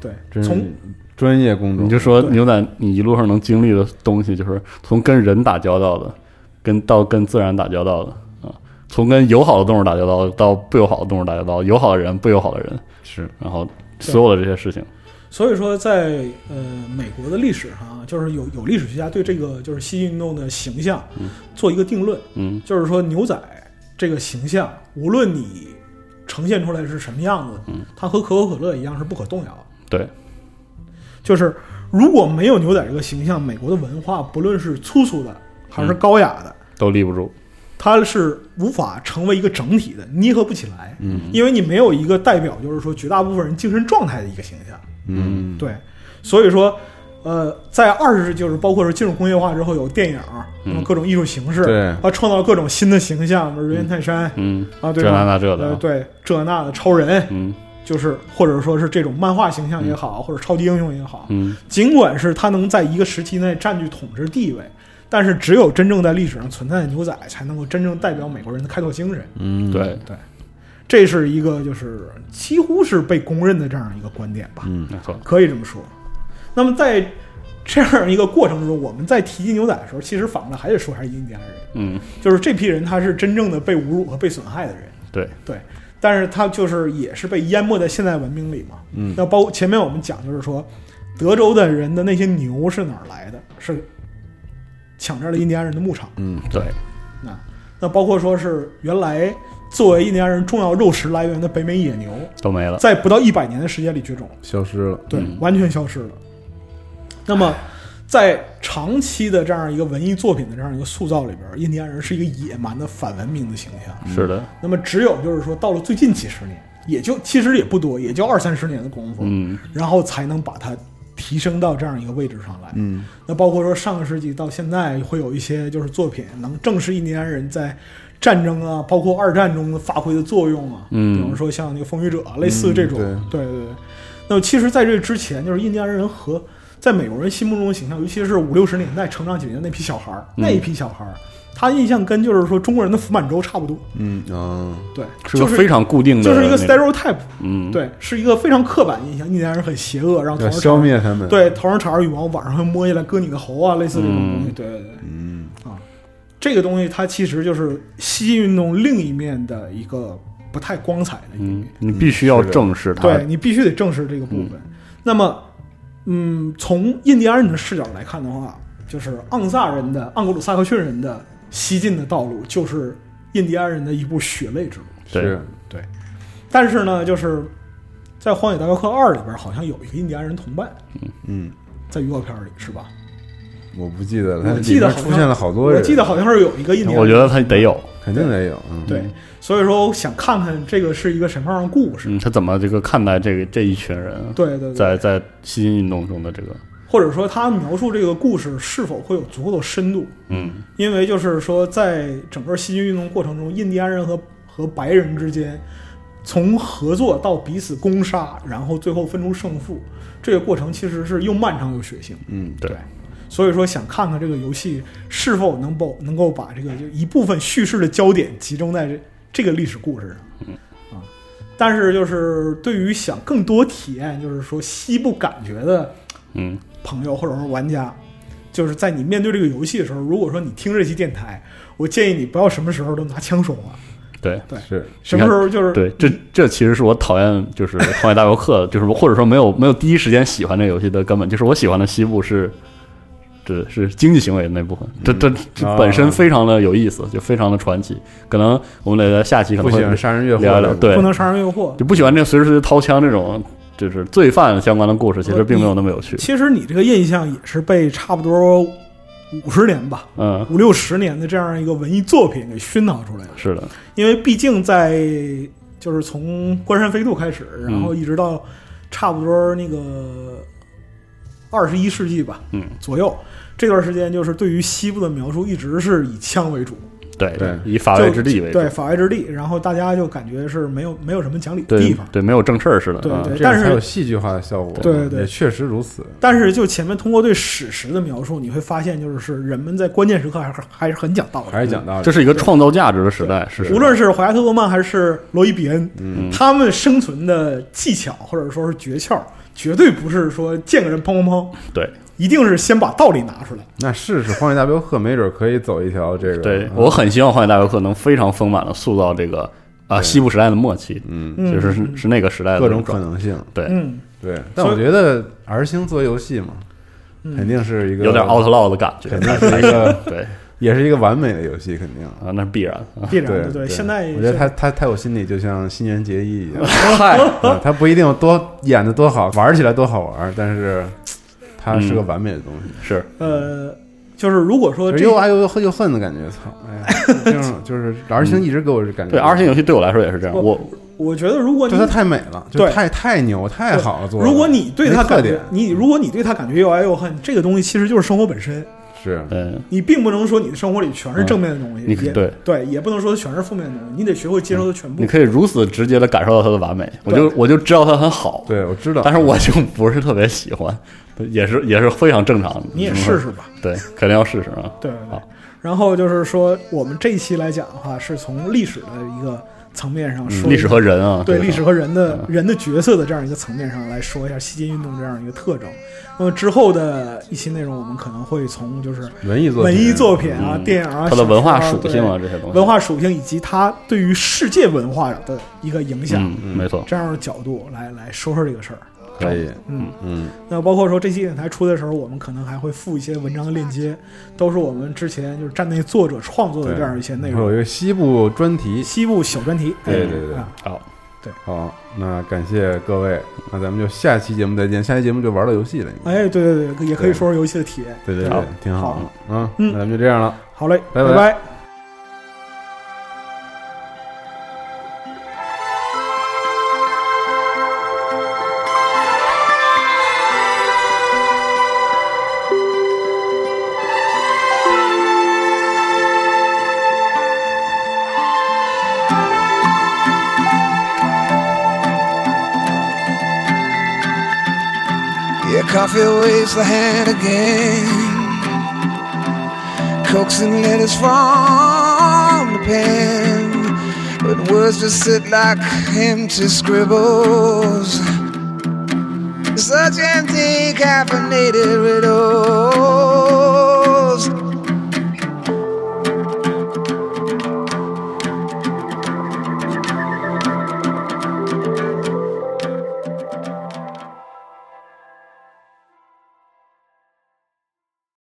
C: 对，
B: 真
C: 从
B: 是专业工种，
D: 你就说
C: 对
D: 牛仔，你一路上能经历的东西，就是从跟人打交道的，跟到跟自然打交道的啊，从跟友好的动物打交道到不友好的动物打交道，友好的人不友好的人，
B: 是
D: 然后所有的这些事情，
C: 所以说在呃美国的历史上啊，就是有有历史学家对这个就是戏剧运动的形象做一个定论，
D: 嗯
C: 就是说牛仔这个形象，无论你呈现出来是什么样子，它和可口可乐一样是不可动摇的。
D: 对，
C: 就是如果没有牛仔这个形象，美国的文化不论是粗俗的还是高雅的，
D: 都立不住，
C: 它是无法成为一个整体的，捏合不起来。嗯，因为你没有一个代表，就是说绝大部分人精神状态的一个形象。
B: 嗯
C: 对，所以说，呃，在二十世纪，就是包括是进入工业化之后，有电影，那么
D: 嗯
C: 各种艺术形式，
B: 对
C: 它创造了各种新的形象，比如人猿泰山
D: 嗯，
C: 啊，对
D: 这那
C: 吧？
D: 那这
C: 呃，
D: 的，
C: 对这那的超人，
D: 嗯
C: 就是或者说是这种漫画形象也好，或者超级英雄也好，
D: 嗯，
C: 尽管是它能在一个时期内占据统治地位，但是只有真正在历史上存在的牛仔，才能够真正代表美国人的开拓精神。
B: 嗯，
D: 对，
C: 这是一个就是几乎是被公认的这样一个观点吧，
B: 嗯
D: 没错，
C: 可以这么说。那么在这样一个过程中，我们在提及牛仔的时候，其实反过来还得说还是印第安人，
D: 嗯
C: 就是这批人他是真正的被侮辱和被损害的人。
D: 对，
C: 对，但是他就是也是被淹没在现代文明里嘛。
B: 嗯
C: 那包括前面我们讲，就是说德州的人的那些牛是哪儿来的？是抢占了印第安人的牧场。
B: 嗯
D: 对，
C: 那那包括说是原来作为印第安人重要肉食来源的北美野牛，
D: 都没了，
C: 在不到一百年的时间里绝种，
B: 消失了，
C: 对，
D: 嗯
C: 完全消失了。那么。在长期的这样一个文艺作品的这样一个塑造里边，印第安人是一个野蛮的反文明的形象。
D: 是的，
C: 那么只有就是说，到了最近几十年，也就其实也不多，也就二三十年的功夫，
D: 嗯
C: 然后才能把它提升到这样一个位置上来。
B: 嗯，
C: 那包括说上个世纪到现在，会有一些就是作品能正视印第安人在战争啊，包括二战中的发挥的作用啊，
D: 嗯
C: 比如说像那个《风雨者》类似这种，
B: 嗯
C: 对对对。那么其实在这之前，就是印第安人和在美国人心目中的形象，尤其是五六十年代成长起来的那批小孩儿，
D: 嗯
C: 那一批小孩儿，他印象跟就是说中国人的福满洲差不多，
B: 嗯啊，
C: 对，
D: 是
C: 就
D: 个非常固定的，
C: 就是一个 stereotype，
D: 嗯，，
C: 对，是一个非常刻板印象，印第安人很邪恶，然后头
B: 要
C: 上
B: 消灭
D: 嗯
B: 他们，，
C: 对头上插着羽毛，晚上会摸下来割你的喉啊，类似这种东西。对对对，
B: 嗯
C: 啊，这个东西它其实就是西进运动另一面的一个不太光彩的一
D: 嗯
C: 面。，
D: 你必须要
B: 是的
D: 正视它，
C: 对你必须得正视这个部分。那么，嗯，从印第安人的视角来看的话，就是盎萨人的盎格鲁撒克逊人的西进的道路，就是印第安人的一部血泪之路。
D: 对
B: 是，
C: 但是呢，就是在《荒野大镖客二》里边，好像有一个印第安人同伴，
B: 嗯，
C: 在预告片里是吧？
B: 我不记得了，它
C: 我记得
B: 里面
C: 好像
B: 出现了好多
C: 我
B: 人，
C: 记得好像是有一个印第安人，
D: 我觉得他得有，
B: 肯定得有，嗯，
C: 对，所以说我想看看这个是一个什么样的故事。
D: 嗯，他怎么这个看待这个这一群人，啊
C: 对对对，
D: 嗯在在西进运动中的这个，
C: 或者说他描述这个故事是否会有足够的深度？
D: 嗯
C: 因为就是说，在整个西军运动过程中，印第安人和和白人之间，从合作到彼此攻杀，然后最后分出胜负，这个过程其实是又漫长又血腥。
B: 嗯，
D: 对，
C: 所以说想看看这个游戏是否能够能够把这个就一部分叙事的焦点集中在这这个历史故事
D: 嗯
C: 上啊。但是就是对于想更多体验，就是说西部感觉的
D: 嗯，
C: 朋友或者是玩家，就是在你面对这个游戏的时候，如果说你听这期电台，我建议你不要什么时候都拿枪手 啊，
D: 对。
B: 是
C: 什么时候就是
D: 对，这这其实是我讨厌，就是《荒野大镖客》，就是或者说没有没有第一时间喜欢这个游戏的根本，就是我喜欢的西部是，这是经济行为的那部分，这这这
B: 啊
D: 本身非常的有意思，就非常的传奇。可能我们得在下期可
B: 不
D: 能
B: 喜
D: 会
B: 欢杀人越
D: 聊一聊，
B: 货，，
D: 对
C: 不，能杀人越货。
D: 就不喜欢这个随时随地掏枪这种，就是罪犯相关的故事，其实并没有那么有趣。
C: 其实你这个印象也是被差不多五十年吧，
D: 嗯，
C: 五六十年的这样一个文艺作品给熏陶出来的。
D: 是的，
C: 因为毕竟在就是从关山飞渡开始，然
D: 嗯
C: 后一直到差不多那个二十一世纪吧，
D: 嗯，
C: 左右这段时间，就是对于西部的描述一直是以枪为主，
D: 对
B: 对
D: 以法
C: 就
D: 外之地为主，
C: 对法外之地，然后大家就感觉是没有没有什么讲理的地
D: 对
C: 方。
D: 对，没有正事儿似的，
C: 对
D: 嗯
C: 对
B: 这样
C: 但是
B: 才有戏剧化的效果，
C: 对对对
B: 也确实如此，
C: 但是就前面通过对史实的描述，你会发现，就是人们在关键时刻还是还是很讲道理的，
B: 还是讲道理，
D: 这是一个创造价值的时代，是
C: 无论是怀特厄曼还是罗伊比恩，
B: 嗯
C: 他们生存的技巧或者说是诀窍，绝对不是说见个人砰砰砰，
D: 对
C: 一定是先把道理拿出来。
B: 那试试《荒野大镖客》，没准可以走一条这个。
D: 对
B: 嗯，
D: 我很希望《荒野大镖客》能非常丰满的塑造这个啊
B: 对
D: 西部时代的末期，
B: 嗯，
C: 嗯，
D: 就是是是那个时代的
B: 各种可
D: 状态
B: 能性。
D: 对，
C: 嗯，
B: 对，但
C: 所以
B: 我觉得 R 星做游戏嘛，
C: 嗯
B: 肯定是一个
D: 有点 outlaw 的感觉，
B: 肯定是一个，
D: 对
B: 也是一个完美的游戏，肯定。
D: 啊，那是必然啊，
C: 必然
B: 对
C: 的。对，现在
B: 我觉得他他他有心里就像新垣结衣一 样，嗯他不一定多演的多好，玩起来多好玩，但是他是个完美的东西，哎
D: 是
C: 呃，就是如果说
B: 就
C: 嗯这
B: 是又爱又又恨又恨的感觉，操！哎呀， 这种就是 R 星一直给我这感觉，
D: 嗯对 R 型游
C: 嗯
D: 戏对我来说也是这样，
C: 不
D: 我
C: 我觉得如果你
B: 就它太美了，就
C: 对
B: 太太牛太好了做的。
C: 如果你对他
B: 没特
C: 感觉
B: 点
C: 你如果你对他感觉又爱又恨，这个东西其实就是生活本身。
B: 是
D: 嗯，
C: 你并不能说你的生活里全是正面的东西，
D: 嗯你可
C: 也
D: 对
C: 对，也不能说全是负面的东西，你得学会接受它全部
D: 你。可以如此直接的感受到它的完美，我就我就知道它很好，
B: 对我知道，
D: 但是我就不是特别喜欢，也是也是非常正常的，
C: 你也试试吧。
D: 对，肯定要试试啊，
C: 对对对
D: 好。
C: 然后就是说，我们这一期来讲的话，是从历史的一个层面上说一下、
D: 历史和人嗯啊，
C: 对
D: 这个
C: 历史和人的人的角色的这样一个层面上来说一下西进运动这样一个特征。那么之后的一期内容，我们可能会从就是
B: 文艺作
C: 文艺作品啊、
D: 嗯
C: 电影啊、
D: 它的文化属性
C: 啊
D: 啊这些东
C: 对、
D: 西，
C: 文化属性以及它对于世界文化的一个影响，
D: 嗯，没错，
C: 这样的角度来来说说这个事儿。
B: 可以，
C: 嗯，
B: 嗯，
C: 那包括说这期电台出的时候，我们可能还会附一些文章的链接，都是我们之前就是站内作者创作的
B: 对
C: 这样一些内
B: 会有
C: 容。
B: 一个西部专题。
C: 西部小专题，
B: 对对对，
C: 啊，
D: 好，
B: 好，那感谢各位，那咱们就下期节目再见。下期节目就玩到游戏了，应该
C: 哎，对对对，也可以说说游戏的体验。
B: 对对对
D: 好，
B: 挺好
C: 好。
B: 嗯，
C: 嗯
B: 那咱们就这样了。
C: 好嘞，
B: 拜拜
C: 拜拜
E: Yeah, coffee waves the hand again. Coaxing letters from the pen. But words just sit like empty scribbles. Such empty caffeinated riddles.